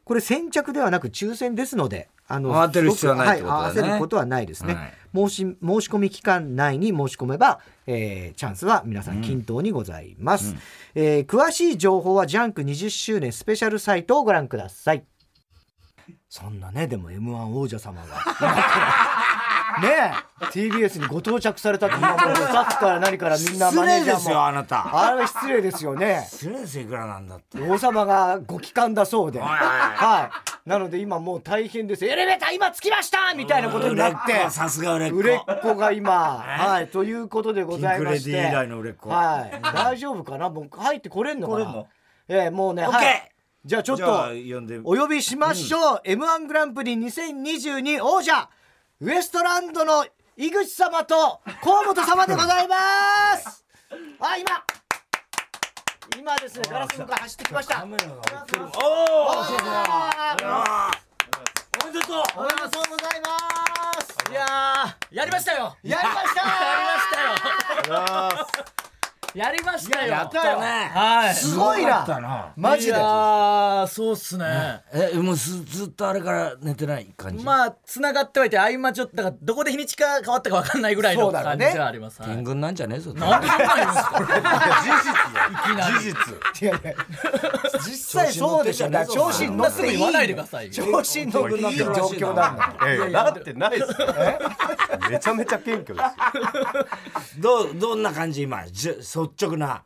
[SPEAKER 1] これ先着ではなく抽選ですので、あの
[SPEAKER 2] 慌てる必要はないってことだね
[SPEAKER 1] すごくはい、慌てることはないですね、
[SPEAKER 2] はい
[SPEAKER 1] 申し。申し込み期間内に申し込めば、えーチャンスは皆さん均等にございます、えー詳しい情報はジャンク20周年スペシャルサイトをご覧ください。そんなね、でも M1 王者様が。 <laughs> ねえ TBS にご到着されたって今もうスタッフから何からみんなマ
[SPEAKER 2] 失
[SPEAKER 1] ネー
[SPEAKER 2] 礼
[SPEAKER 1] ジャ
[SPEAKER 2] で
[SPEAKER 1] ー
[SPEAKER 2] す
[SPEAKER 1] も
[SPEAKER 2] よあなた
[SPEAKER 1] あれは失礼ですよね
[SPEAKER 2] 失礼ですよいくらなんだって
[SPEAKER 1] 王様がご帰還だそうで、
[SPEAKER 2] いおい
[SPEAKER 1] はい、なので今もう大変です。エレベーター今着きましたみたいなことになって、
[SPEAKER 2] さすが売れっ子
[SPEAKER 1] <laughs> 売れっ子が今、
[SPEAKER 2] <laughs>
[SPEAKER 1] はい、ということでございまして、
[SPEAKER 2] ピンクレディー以来の売れっ子
[SPEAKER 1] はい、大丈夫かな、もう入ってこれんのか
[SPEAKER 2] 来れん
[SPEAKER 1] な
[SPEAKER 2] の。
[SPEAKER 1] ええもうね、
[SPEAKER 2] オッケー
[SPEAKER 1] はい、じゃあちょっ
[SPEAKER 2] じゃあ呼
[SPEAKER 1] と
[SPEAKER 2] んで
[SPEAKER 1] お呼びしましょう。M1 グランプリ2022王者ウエストランドの井口様と河本様でござい
[SPEAKER 2] <laughs>
[SPEAKER 1] ます。あ、今。今ですね、ガラス向かい走ってきました。
[SPEAKER 2] カメラが追ってるおーおめでとう
[SPEAKER 1] おめでとうございます。
[SPEAKER 3] いやーやりましたよ
[SPEAKER 1] やりました。やりましたよ。
[SPEAKER 3] やりましたよ
[SPEAKER 2] やったね。
[SPEAKER 3] はい
[SPEAKER 1] すごいな
[SPEAKER 2] すごかったな
[SPEAKER 1] マジで
[SPEAKER 3] いやーそうっすね、
[SPEAKER 2] え、もうすずっとあれから寝てない感じ。
[SPEAKER 3] まあ繋がってはいて合間ちょっとだからどこで日にちか変わったか分かんないぐらい
[SPEAKER 1] そ
[SPEAKER 3] の
[SPEAKER 1] うだろう
[SPEAKER 3] 感
[SPEAKER 1] ね
[SPEAKER 3] じではあります、はい
[SPEAKER 2] 天狗なんじゃねえぞ。
[SPEAKER 3] なんでそんなん言うんですか
[SPEAKER 4] 事実
[SPEAKER 1] いやいや実際そうでしょだから調子に乗っていい
[SPEAKER 3] 言わないでくださいよ
[SPEAKER 1] 調子に乗っていい状況なんだ
[SPEAKER 4] ええなってないですよめちゃめちゃ謙虚ですよ
[SPEAKER 2] どう、どんな感じ今、じゅ率直な。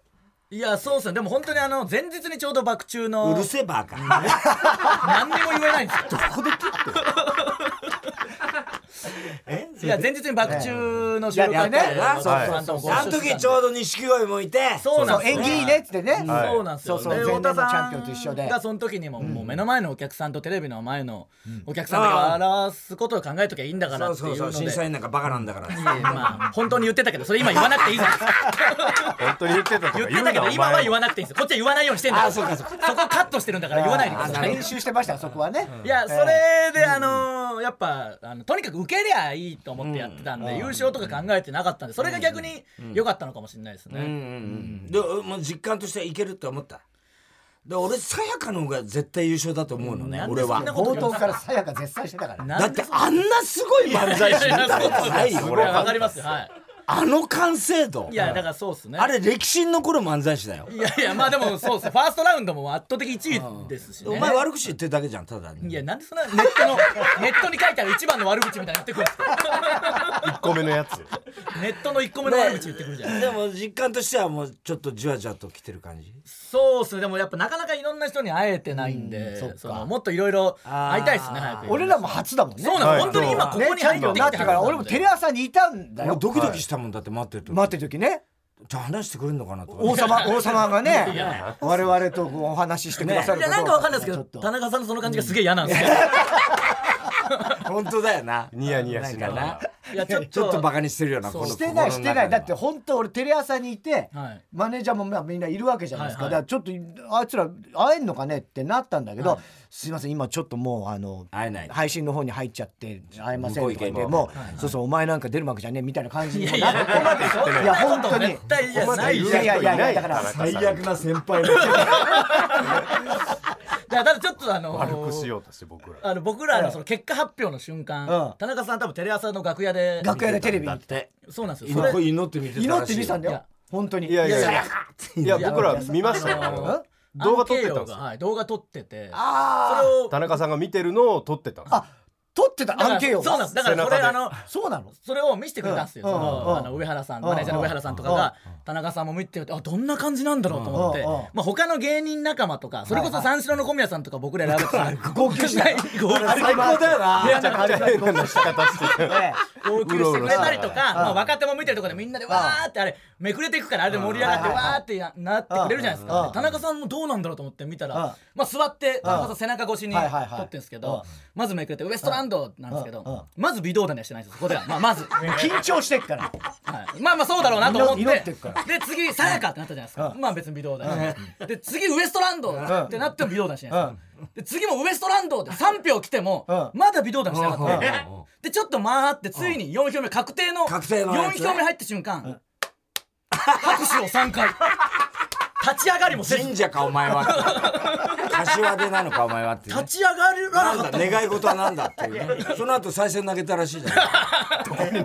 [SPEAKER 3] いやそうっすねでも本当にあの前日にちょうど爆中
[SPEAKER 2] う
[SPEAKER 3] の
[SPEAKER 2] るせえバカ。
[SPEAKER 3] 何にも言えないんですよどこで切っていや前日に爆中の収録があった
[SPEAKER 1] いやいや
[SPEAKER 3] から
[SPEAKER 1] ね
[SPEAKER 3] 松本さんと
[SPEAKER 4] そう
[SPEAKER 3] もご
[SPEAKER 2] あ
[SPEAKER 3] 一
[SPEAKER 2] の
[SPEAKER 3] 緒して
[SPEAKER 2] 時
[SPEAKER 3] たんで
[SPEAKER 2] ちょうど錦鯉もいて。
[SPEAKER 3] そうな
[SPEAKER 1] そ
[SPEAKER 3] ん
[SPEAKER 1] う
[SPEAKER 3] ですよ
[SPEAKER 1] 縁起いいねっつってね
[SPEAKER 4] はい
[SPEAKER 3] そうなんですよ、
[SPEAKER 1] そうそう
[SPEAKER 3] で
[SPEAKER 1] 前年の
[SPEAKER 3] 太田さん
[SPEAKER 1] チャンピオンと一緒で
[SPEAKER 3] がその時にももう目の前のお客さんとテレビの前のお客さんとか表すことを考えときゃいいんだから
[SPEAKER 2] そう
[SPEAKER 3] ってい
[SPEAKER 2] そうそ
[SPEAKER 3] うの
[SPEAKER 2] う。
[SPEAKER 3] で
[SPEAKER 2] 審査員なんかバカなんだから。
[SPEAKER 3] いやいやまあ本当に言ってたけどそれ今言わなくていいです
[SPEAKER 4] 本当に言ってたと
[SPEAKER 3] <laughs>
[SPEAKER 4] か
[SPEAKER 3] 言ってた
[SPEAKER 4] 言うな
[SPEAKER 3] けど
[SPEAKER 4] お
[SPEAKER 3] 今は
[SPEAKER 4] 前
[SPEAKER 3] 言わなくていいんですよこっちは言わないようにしてんだからそこカットしてるんだから言わないでください
[SPEAKER 1] 練習してましたそこはね
[SPEAKER 3] いやそれであのーやっぱあのとにかく受けりゃいいと思ってやってたんで優勝とか考えてなかったんでそれが逆に良かったのかもしれないです
[SPEAKER 2] うん
[SPEAKER 3] ね
[SPEAKER 2] うんうんでもう実感としていけるって思ったで俺さやかの方が絶対優勝だと思うのね、
[SPEAKER 3] うん
[SPEAKER 2] 俺は
[SPEAKER 3] なんでそんなこ
[SPEAKER 1] 冒頭からさやか絶賛してたから
[SPEAKER 3] な
[SPEAKER 2] だっ
[SPEAKER 3] ん <laughs> で
[SPEAKER 2] て
[SPEAKER 3] そんな
[SPEAKER 2] あんなすごい漫才師みたいなないよ
[SPEAKER 3] い
[SPEAKER 4] 俺
[SPEAKER 3] や
[SPEAKER 4] は
[SPEAKER 3] わかりますよはい
[SPEAKER 2] あの完成度
[SPEAKER 3] いやだからそうっすね
[SPEAKER 2] あれ歴史に残る漫才師だよ、
[SPEAKER 3] いやいやまあでもそうっすファーストラウンドも圧倒的1位ですしね
[SPEAKER 2] お前悪口言ってるだけじゃんただ
[SPEAKER 3] い
[SPEAKER 2] に
[SPEAKER 3] やなんでそんなネットのネットに書いてある一番の悪口みたいなの言ってくるんですか <laughs>
[SPEAKER 4] 1個目のやつ
[SPEAKER 3] ネットの一個目の悪口言ってくるじゃん
[SPEAKER 2] でも実感としてはもうちょっとじわじわと来てる感じ
[SPEAKER 3] そうっすねでもやっぱなかなかいろんな人に会えてないんで、そのもっといろいろ会いたいっすね
[SPEAKER 2] あー
[SPEAKER 3] 早く
[SPEAKER 1] 俺らも初だもんね
[SPEAKER 3] そうなの、
[SPEAKER 4] はい
[SPEAKER 3] 本当に今ここ
[SPEAKER 1] ね
[SPEAKER 3] に
[SPEAKER 1] チャ
[SPEAKER 3] 入
[SPEAKER 1] ン
[SPEAKER 3] っ
[SPEAKER 1] ピオンに
[SPEAKER 3] てき
[SPEAKER 1] なっててから俺もテレ朝にいたんだ
[SPEAKER 2] 俺
[SPEAKER 1] よ
[SPEAKER 2] ドキドキしたもんだって待ってると
[SPEAKER 1] 待ってる時ね
[SPEAKER 2] じゃあ話してくれるのかなとか
[SPEAKER 1] 王様王様が
[SPEAKER 3] いや
[SPEAKER 1] ね我々とこうお話ししてくださ
[SPEAKER 3] い
[SPEAKER 1] るこ
[SPEAKER 3] や
[SPEAKER 1] と
[SPEAKER 3] なんかわかんないですけど
[SPEAKER 1] ちょっと
[SPEAKER 3] 田中さんのその感じがすげえ嫌なんですけど、
[SPEAKER 2] <laughs> 本当だよな
[SPEAKER 4] ニヤニヤしなが
[SPEAKER 2] ん
[SPEAKER 4] ら
[SPEAKER 2] か
[SPEAKER 3] いやちょっと
[SPEAKER 2] ちょっとバカにしてるような
[SPEAKER 3] そう
[SPEAKER 2] この
[SPEAKER 1] してないしてないだって
[SPEAKER 2] 心
[SPEAKER 1] 本当俺テレ朝にいて
[SPEAKER 3] はい
[SPEAKER 1] マネージャーもまあみんないるわけじゃないですか
[SPEAKER 3] は
[SPEAKER 1] だか
[SPEAKER 3] いは
[SPEAKER 1] らちょっとあいつら会えんのかねってなったんだけどすいません今ちょっともうあの
[SPEAKER 2] 会えない
[SPEAKER 1] 配信の方に入っちゃって会えませんとか言
[SPEAKER 2] 向こう
[SPEAKER 1] って
[SPEAKER 2] 行け
[SPEAKER 1] もうそうそうお前なんか出る幕じゃねえみたいな感じにもなって
[SPEAKER 3] ここまで
[SPEAKER 1] いや本当に
[SPEAKER 3] 絶対じゃない
[SPEAKER 1] い
[SPEAKER 3] よ
[SPEAKER 1] やいやいやいやだから
[SPEAKER 2] の中に最悪な先輩の
[SPEAKER 3] いやただちょっとあの
[SPEAKER 4] 悪くしようとして僕ら
[SPEAKER 3] あの僕らのその結果発表の瞬間、
[SPEAKER 1] うん
[SPEAKER 3] 田中さん多分テレ朝の楽屋で
[SPEAKER 1] 楽屋でテレビ
[SPEAKER 2] だって
[SPEAKER 3] そうなんですよそれ
[SPEAKER 2] 祈祈って見てたらしい
[SPEAKER 1] 祈って見てたんだ
[SPEAKER 3] い
[SPEAKER 1] よ
[SPEAKER 3] や
[SPEAKER 1] 本当に
[SPEAKER 4] いやいやいやいや
[SPEAKER 3] いや
[SPEAKER 4] 僕ら見ましたよ
[SPEAKER 3] あ
[SPEAKER 4] あ
[SPEAKER 3] の
[SPEAKER 4] の動画撮って
[SPEAKER 3] アンケーヨ
[SPEAKER 4] たんです
[SPEAKER 3] が
[SPEAKER 4] よ
[SPEAKER 3] はい動画撮ってて
[SPEAKER 1] あ
[SPEAKER 3] それを
[SPEAKER 4] 田中さんが見てるのを撮ってたんですよ
[SPEAKER 1] あ撮ってた
[SPEAKER 3] だから
[SPEAKER 1] アンケー
[SPEAKER 3] そうなんですだからこれ
[SPEAKER 4] 背
[SPEAKER 3] あ
[SPEAKER 4] 中で
[SPEAKER 3] の
[SPEAKER 1] そうなの
[SPEAKER 3] それを見せてくれたんですよ、
[SPEAKER 1] うん
[SPEAKER 3] そ
[SPEAKER 1] うん
[SPEAKER 3] のあの上原さんマネージャーの上原さんとかが田中さんも見ててあどんな感じなんだろうと思って、
[SPEAKER 1] うんうん
[SPEAKER 3] まあ、他の芸人仲間とかそれこそ三四郎の小宮さんとか僕ら選べてたら
[SPEAKER 1] <laughs> 号泣
[SPEAKER 3] <laughs>
[SPEAKER 1] した
[SPEAKER 3] 号泣
[SPEAKER 2] 最高だよ
[SPEAKER 1] 部屋
[SPEAKER 2] な
[SPEAKER 1] の中歩いて
[SPEAKER 4] 変な仕方してる
[SPEAKER 1] え
[SPEAKER 3] 号泣してくれたりとか、
[SPEAKER 4] うろうろして
[SPEAKER 3] まあ、若手も見てるとこでみんなでわーってあれめくれていくからあれで盛り上がって
[SPEAKER 1] うん
[SPEAKER 3] わーってやなってくれるじゃないです
[SPEAKER 1] うん
[SPEAKER 3] か
[SPEAKER 1] うん
[SPEAKER 3] 田中さんもどうなんだろうと思って見た
[SPEAKER 1] うん
[SPEAKER 3] らまあ座って田中さん背中越しに撮
[SPEAKER 1] はいはいはい
[SPEAKER 3] ってんですけ
[SPEAKER 1] うん
[SPEAKER 3] どまずめくれてウエストランドなんですけ
[SPEAKER 1] うんうん
[SPEAKER 3] どまず微動だにはしてないんですよここではまあまず。
[SPEAKER 1] え緊張してっから
[SPEAKER 3] はい、まあまあそうだろうなと思って
[SPEAKER 1] 祈ってっから
[SPEAKER 3] で次さやかってなったじゃないですか、まあ別に微動だし、で次ウエストランドってなっても微動だしないですか、で次もウエストランドで3票来ても、
[SPEAKER 1] うん
[SPEAKER 3] まだ微動だにしなかった、
[SPEAKER 2] うん
[SPEAKER 1] <laughs>
[SPEAKER 2] うんうん
[SPEAKER 3] でちょっと回ってついに4票目確定の
[SPEAKER 2] 確定のや
[SPEAKER 3] 4
[SPEAKER 2] つね
[SPEAKER 3] 票目入った瞬間、拍手を3回立ち上がりもせず
[SPEAKER 2] 神社かお前はって柏でなのかお前はってね
[SPEAKER 3] 立ち上がらなか
[SPEAKER 2] な
[SPEAKER 3] っ
[SPEAKER 2] ん
[SPEAKER 3] た
[SPEAKER 2] だ願い事はなんだっていうねその後再生投げたらしいじゃん
[SPEAKER 1] よ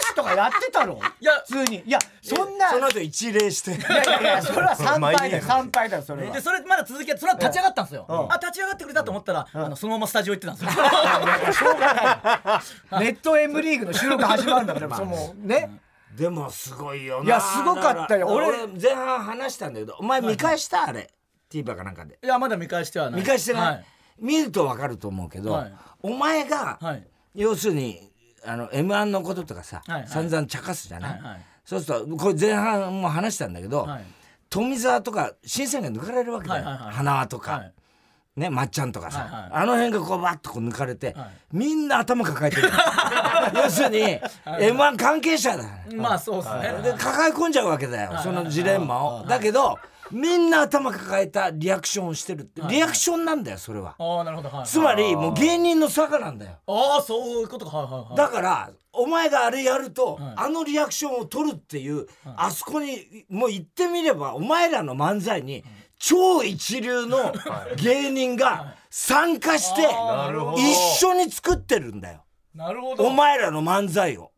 [SPEAKER 1] しとかやってたろ
[SPEAKER 3] いや
[SPEAKER 1] 普通にいやそんな
[SPEAKER 2] その後一礼して
[SPEAKER 1] いやいやいやそれは参拝だよ参拝だよそれは
[SPEAKER 3] でそれまだ続きがそれは立ち上がったんですよ、あ立ち上がってくれたと思ったら、あのそのままスタジオ行ってたんですよ
[SPEAKER 1] ネット M リーグの収録始まるんだからそのね
[SPEAKER 2] でもすごいよない
[SPEAKER 1] やすごかった
[SPEAKER 2] だから
[SPEAKER 1] よ俺
[SPEAKER 2] 俺前半話したんだけどお前見返したあれ TVer かなんかで
[SPEAKER 3] <laughs> いやまだ見返してはない
[SPEAKER 2] 見返してない、
[SPEAKER 3] はい
[SPEAKER 2] 見るとわかると思うけど、
[SPEAKER 3] はい
[SPEAKER 2] お前が、
[SPEAKER 3] はい
[SPEAKER 2] 要するにあの m 1のこととかさ、
[SPEAKER 3] はいはい
[SPEAKER 2] 散々茶化すじゃない、
[SPEAKER 3] はいはい
[SPEAKER 2] そうするとこれ前半も話したんだけど、
[SPEAKER 3] はい
[SPEAKER 2] 富澤とか新鮮が抜かれるわけだよ、
[SPEAKER 3] はいはいはい
[SPEAKER 2] 花輪とか、
[SPEAKER 3] はい
[SPEAKER 2] ねまっちゃんとかさ、
[SPEAKER 3] はいはい
[SPEAKER 2] あの辺がこうバッとこう抜かれて、
[SPEAKER 3] はい
[SPEAKER 2] みんな頭抱え
[SPEAKER 3] <laughs>
[SPEAKER 2] てる要するに m 1関係者だよね
[SPEAKER 3] まあそうですね、
[SPEAKER 2] で抱え込んじゃうわけだよ、そのジレンマを。だけど、みんな頭抱えたリアクションをしてるって
[SPEAKER 3] はい
[SPEAKER 2] リアクションなんだよそれは
[SPEAKER 3] ああなるほどはい
[SPEAKER 2] つまりもう芸人の差がなんだよ
[SPEAKER 3] ああそういうことかはいはいはい
[SPEAKER 2] だからお前があれやると
[SPEAKER 3] はい
[SPEAKER 2] あのリアクションを取るっていうあそこにもう言ってみればお前らの漫才に超一流の芸人が参加して
[SPEAKER 3] あーなるほど
[SPEAKER 2] 一緒に作ってるんだよ
[SPEAKER 3] なるほど
[SPEAKER 2] お前らの漫才を。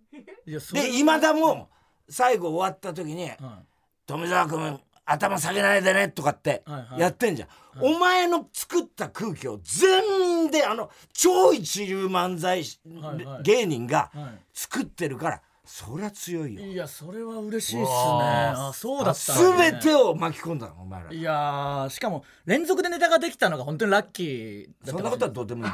[SPEAKER 3] いやそれ
[SPEAKER 2] で今田も最後終わった時に
[SPEAKER 3] は
[SPEAKER 2] 「富澤君頭下げないでね」とかって
[SPEAKER 3] はいはい
[SPEAKER 2] やってんじゃん、お前の作った空気を全員であの超一流漫才師、
[SPEAKER 3] はいはい
[SPEAKER 2] 芸人が
[SPEAKER 3] は
[SPEAKER 2] 作ってるからそりゃ強い
[SPEAKER 3] い
[SPEAKER 2] よ
[SPEAKER 3] いやそれは嬉しいっすね
[SPEAKER 4] わあ
[SPEAKER 3] あそうだったんですね
[SPEAKER 2] 全てを巻き込んだのお前ら
[SPEAKER 3] いやーしかも連続でネタができたのが本当にラッキーだった
[SPEAKER 2] そんなことはどうでもいい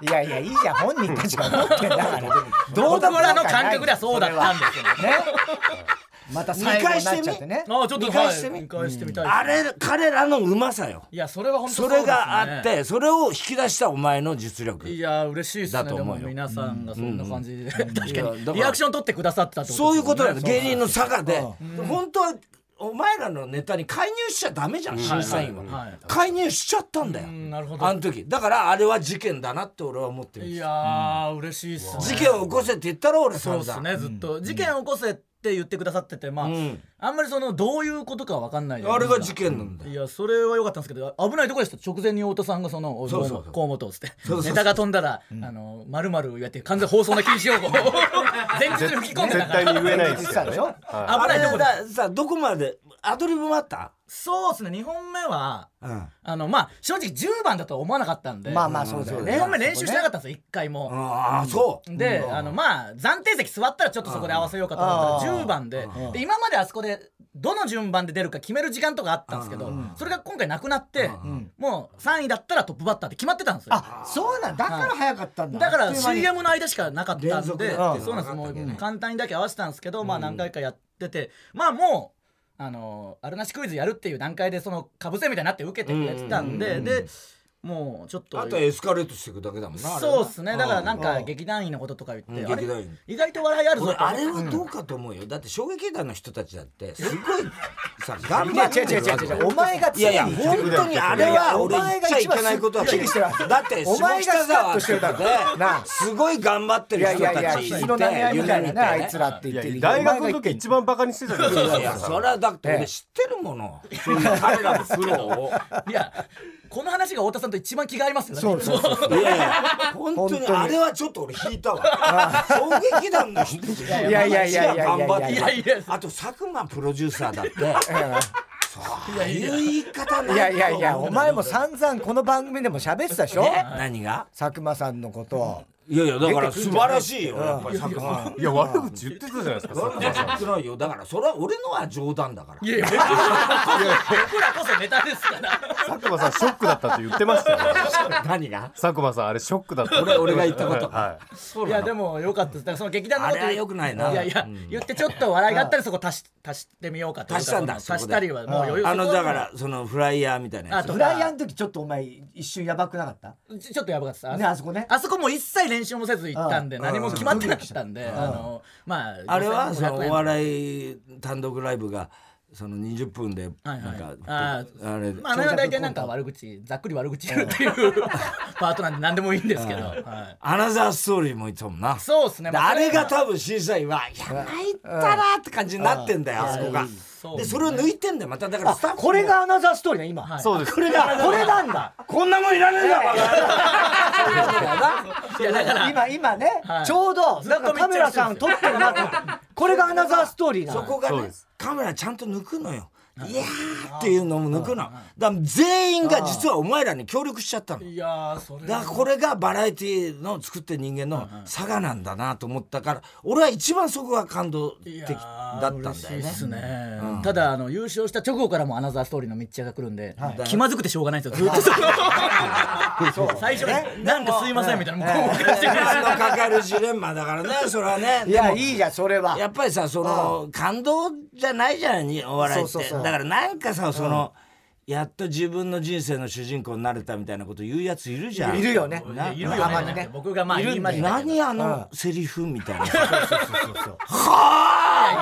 [SPEAKER 1] いやいやいいじゃん本人たちが思ってんだから
[SPEAKER 3] <laughs>
[SPEAKER 1] どうでも
[SPEAKER 3] 僕
[SPEAKER 1] な
[SPEAKER 3] ら
[SPEAKER 1] んか
[SPEAKER 3] の
[SPEAKER 1] ない
[SPEAKER 3] 感覚ではそうだったんですよね
[SPEAKER 1] ねまた最後になっちゃってね
[SPEAKER 3] ああちょっと
[SPEAKER 2] 見返してみ
[SPEAKER 3] はい見返してみたいですね
[SPEAKER 2] あれ彼らのうまさよ
[SPEAKER 3] いやそれは本当
[SPEAKER 2] そう
[SPEAKER 3] です
[SPEAKER 2] れ
[SPEAKER 3] ね
[SPEAKER 2] があってそれを引き出したお前の実力
[SPEAKER 3] いやー嬉しいっすね
[SPEAKER 2] だと思うよ
[SPEAKER 3] でも皆さんがそんな感じで、 <laughs> 確
[SPEAKER 2] いや
[SPEAKER 3] か
[SPEAKER 2] だか
[SPEAKER 3] に
[SPEAKER 2] ら
[SPEAKER 3] リアクション取ってくださってたってこと
[SPEAKER 2] そういうことなん
[SPEAKER 3] で
[SPEAKER 2] です
[SPEAKER 3] よね
[SPEAKER 2] 芸人の差がで本当はお前らのネタに介入しちゃダメじゃん審査員
[SPEAKER 3] はいはいは
[SPEAKER 2] はい介入しちゃったんだよ
[SPEAKER 3] うんなるほど
[SPEAKER 2] あの時だからあれは事件だなって俺は思ってる
[SPEAKER 3] いやー、嬉しいっすね
[SPEAKER 2] 事件を起こせって言ったろ俺
[SPEAKER 3] そ
[SPEAKER 2] 散
[SPEAKER 3] うっす
[SPEAKER 2] 々
[SPEAKER 3] ねずっと、事件起こせって言ってくださっててまあ、
[SPEAKER 2] ん
[SPEAKER 3] あんまりそのどういうことかわかんないじゃな
[SPEAKER 2] あ
[SPEAKER 3] いで
[SPEAKER 2] れ
[SPEAKER 3] すか
[SPEAKER 2] が事件なんだ
[SPEAKER 3] い
[SPEAKER 2] よ
[SPEAKER 3] やそれは良かったんですけど危ないところでした直前に太田さんがその「
[SPEAKER 2] そうそうそう
[SPEAKER 3] 河本」っつって
[SPEAKER 2] そうそうそう
[SPEAKER 3] ネタが飛んだら「あのまるまるやって完全放送の禁止用語を前日に吹き込んでた
[SPEAKER 4] 絶
[SPEAKER 3] か
[SPEAKER 4] 対に
[SPEAKER 3] ら
[SPEAKER 4] 言えないで
[SPEAKER 1] 実
[SPEAKER 4] す
[SPEAKER 1] 際で
[SPEAKER 4] よね
[SPEAKER 1] しょ
[SPEAKER 4] は
[SPEAKER 2] あ
[SPEAKER 3] 危ない
[SPEAKER 2] れ
[SPEAKER 3] ところで
[SPEAKER 2] ださどこまでアドリブもあった
[SPEAKER 3] そうですね2本目は
[SPEAKER 2] うん
[SPEAKER 3] あのまあ正直10番だとは思わなかったんで
[SPEAKER 1] まあまあそうだよね
[SPEAKER 3] 2本目練習してなかったんですよ1回も。
[SPEAKER 2] ああそう
[SPEAKER 3] で、あのまあ暫定席座ったらちょっとそこで合わせようかと思ったら
[SPEAKER 1] うん
[SPEAKER 3] 10番でで今まであそこでどの順番で出るか決める時間とかあったんですけどそれが今回なくなってもう3位だったらトップバッターって決まってたんですよ
[SPEAKER 1] あそうなんだから早かったんだ
[SPEAKER 3] だから
[SPEAKER 1] あっという間に
[SPEAKER 3] CM の間しかなかった
[SPEAKER 2] 連
[SPEAKER 3] ん
[SPEAKER 2] 続
[SPEAKER 3] で
[SPEAKER 2] で
[SPEAKER 3] そうな
[SPEAKER 2] や
[SPEAKER 3] ん
[SPEAKER 2] っ
[SPEAKER 3] で
[SPEAKER 2] て
[SPEAKER 3] す
[SPEAKER 2] るのが
[SPEAKER 3] も
[SPEAKER 2] なかった
[SPEAKER 3] う
[SPEAKER 2] ね
[SPEAKER 3] 簡単にだけ合わせたんですけどまあ何回かやっててまあもうあのあるなしクイズやるっていう段階でそのかぶせみたいになって受けてくれてたんででもうちょっと
[SPEAKER 2] あとはエスカレートしていくだけだもんなあれ
[SPEAKER 3] そうですねだからなん
[SPEAKER 1] う
[SPEAKER 3] か
[SPEAKER 1] ん
[SPEAKER 3] 劇団員のこととか言って
[SPEAKER 2] うん
[SPEAKER 3] あれ
[SPEAKER 2] 劇団員
[SPEAKER 3] 意外と笑いあるぞ
[SPEAKER 2] 俺
[SPEAKER 3] と
[SPEAKER 2] あれはどうかと思うよだって衝撃団の人たちだってすごいさ頑
[SPEAKER 1] い
[SPEAKER 2] 張
[SPEAKER 1] や
[SPEAKER 2] って
[SPEAKER 1] 違う違
[SPEAKER 2] る
[SPEAKER 1] う違う違うお
[SPEAKER 2] わ
[SPEAKER 1] 前が
[SPEAKER 2] けいやいや
[SPEAKER 1] 常に
[SPEAKER 2] 本当にあれは俺言っちゃいけないことだと思
[SPEAKER 1] いやいやお前
[SPEAKER 2] う
[SPEAKER 1] が一番すっきりしてる
[SPEAKER 2] だって
[SPEAKER 1] お前
[SPEAKER 2] 下北
[SPEAKER 1] がスカッ
[SPEAKER 2] 沢
[SPEAKER 1] としてるだろな
[SPEAKER 2] だ
[SPEAKER 1] あ
[SPEAKER 2] ってすごい頑張って
[SPEAKER 1] い
[SPEAKER 2] る
[SPEAKER 1] や
[SPEAKER 2] 人
[SPEAKER 1] いやい
[SPEAKER 2] た
[SPEAKER 1] や
[SPEAKER 2] ちいて
[SPEAKER 1] 質の投げ合いみたいなねあ
[SPEAKER 2] ユニッ
[SPEAKER 1] いつ
[SPEAKER 2] ト
[SPEAKER 1] らって
[SPEAKER 4] いい
[SPEAKER 1] 言ってる
[SPEAKER 4] や大学の時は一番バカにしてたじゃ
[SPEAKER 2] いやい
[SPEAKER 4] ん
[SPEAKER 2] やそれはだって俺知ってるものそういう彼らの苦労を
[SPEAKER 3] いや、この話が太田さんと一番気が合いますよね。
[SPEAKER 1] そうそうそう
[SPEAKER 2] いやいや本当
[SPEAKER 1] 本
[SPEAKER 2] に
[SPEAKER 1] 当に
[SPEAKER 2] あれはちょっと俺引いたわ衝撃団の人たちが
[SPEAKER 1] いやいやいやいやいや
[SPEAKER 2] 頑張って
[SPEAKER 1] い
[SPEAKER 3] やいや
[SPEAKER 2] あと佐久間プロデューサーだってそうあいう言い方ない
[SPEAKER 1] いやいやいやお前も散々この番組でも喋ってたでしょ
[SPEAKER 2] 何が
[SPEAKER 1] 佐久間さんのことを
[SPEAKER 2] いやいやだから素晴らしいよやっぱり佐久間
[SPEAKER 4] いや悪口言ってたじゃないですか佐久間さん
[SPEAKER 2] つらいよだからそれは俺のは冗談だから
[SPEAKER 3] いやいや、僕ら僕らこそネタですから。
[SPEAKER 4] 佐久間さんショックだったって言ってましたよ
[SPEAKER 2] 何が
[SPEAKER 4] 佐久間さんあれショックだった
[SPEAKER 2] 俺俺が言ったこと
[SPEAKER 4] はい
[SPEAKER 3] いや、でも良かったです。だからその劇団の
[SPEAKER 2] あ
[SPEAKER 3] こ
[SPEAKER 2] れ
[SPEAKER 3] と
[SPEAKER 2] は良くないない
[SPEAKER 3] やいや、言ってちょっと笑いがあったらそこ足し足してみようかというか
[SPEAKER 2] 足したんだ
[SPEAKER 3] その足したりはもう余裕
[SPEAKER 2] あのだからそのフライヤーみたいなや
[SPEAKER 3] あ
[SPEAKER 2] つ
[SPEAKER 3] と
[SPEAKER 1] フライヤーの時ちょっとお前一瞬やばくなかった
[SPEAKER 3] ちちょっとやばかったです
[SPEAKER 1] ねあそこね
[SPEAKER 3] あそこもう一切練習もせず行ったんで
[SPEAKER 1] うん
[SPEAKER 3] 何も決まってなかったんであのまあ
[SPEAKER 2] あれはそのお
[SPEAKER 3] い
[SPEAKER 2] 笑い単独ライブがその20分でな
[SPEAKER 3] は
[SPEAKER 2] いん
[SPEAKER 3] はい
[SPEAKER 2] か
[SPEAKER 3] あー
[SPEAKER 2] あれ
[SPEAKER 3] まあ、あれは大体なんか悪口ざっくり悪口言うっていうパートなんで何でもいいんですけど、はい、
[SPEAKER 2] アナザーストーリーも言ってたもんな
[SPEAKER 3] そうですね、ま
[SPEAKER 2] あれが
[SPEAKER 3] そ
[SPEAKER 2] 多分審査員は「いや泣いたな」って感じになってんだよあそこが
[SPEAKER 3] そう
[SPEAKER 2] でそれを抜いてんだよまただから
[SPEAKER 1] あ
[SPEAKER 2] スタッフも
[SPEAKER 1] これがアナザーストーリーね
[SPEAKER 3] は
[SPEAKER 1] 今
[SPEAKER 3] い
[SPEAKER 4] そうです
[SPEAKER 1] これだこれなんだ
[SPEAKER 2] こんなもんいらねえんだバ
[SPEAKER 3] いやだから
[SPEAKER 1] 今今ね
[SPEAKER 3] い
[SPEAKER 1] ちょうどなんかカメラさん撮ってるなと思ってこれがアナザーストーリーな
[SPEAKER 2] そ
[SPEAKER 1] の
[SPEAKER 2] こが
[SPEAKER 4] そう
[SPEAKER 2] ね
[SPEAKER 4] です
[SPEAKER 2] カメラちゃんと抜くのよいやーっていうのも抜くのだから全員が実はお前らに協力しちゃったの
[SPEAKER 3] いやーそれ
[SPEAKER 2] だからこれがバラエティの作ってる人間の差がなんだなと思ったから俺は一番そこが感動
[SPEAKER 3] い
[SPEAKER 2] 的
[SPEAKER 3] や
[SPEAKER 2] だったんだよ
[SPEAKER 3] 嬉しいっ
[SPEAKER 2] ね
[SPEAKER 3] すね、ただあの優勝した直後からもアナザーストーリーの密着が来るんで、気まずくてしょうがないんですよずっとその <laughs> 最初に「なんかすいません」みたいなもうこう
[SPEAKER 2] 時間のかかるジレンマだからねそれはね
[SPEAKER 1] いやいいじゃんそれは
[SPEAKER 2] やっぱりさその感動じゃないじゃんお笑いって
[SPEAKER 1] そうそうそう
[SPEAKER 2] だからなんかさその、やっと自分の人生の主人公になれたみたいなこと言うやついるじゃん
[SPEAKER 1] いるよね
[SPEAKER 2] な
[SPEAKER 3] るよね
[SPEAKER 1] たまにね
[SPEAKER 3] 僕がまあ
[SPEAKER 1] いるんだよ
[SPEAKER 3] 言いましたけどい
[SPEAKER 2] 何あのセリフみたいな
[SPEAKER 3] や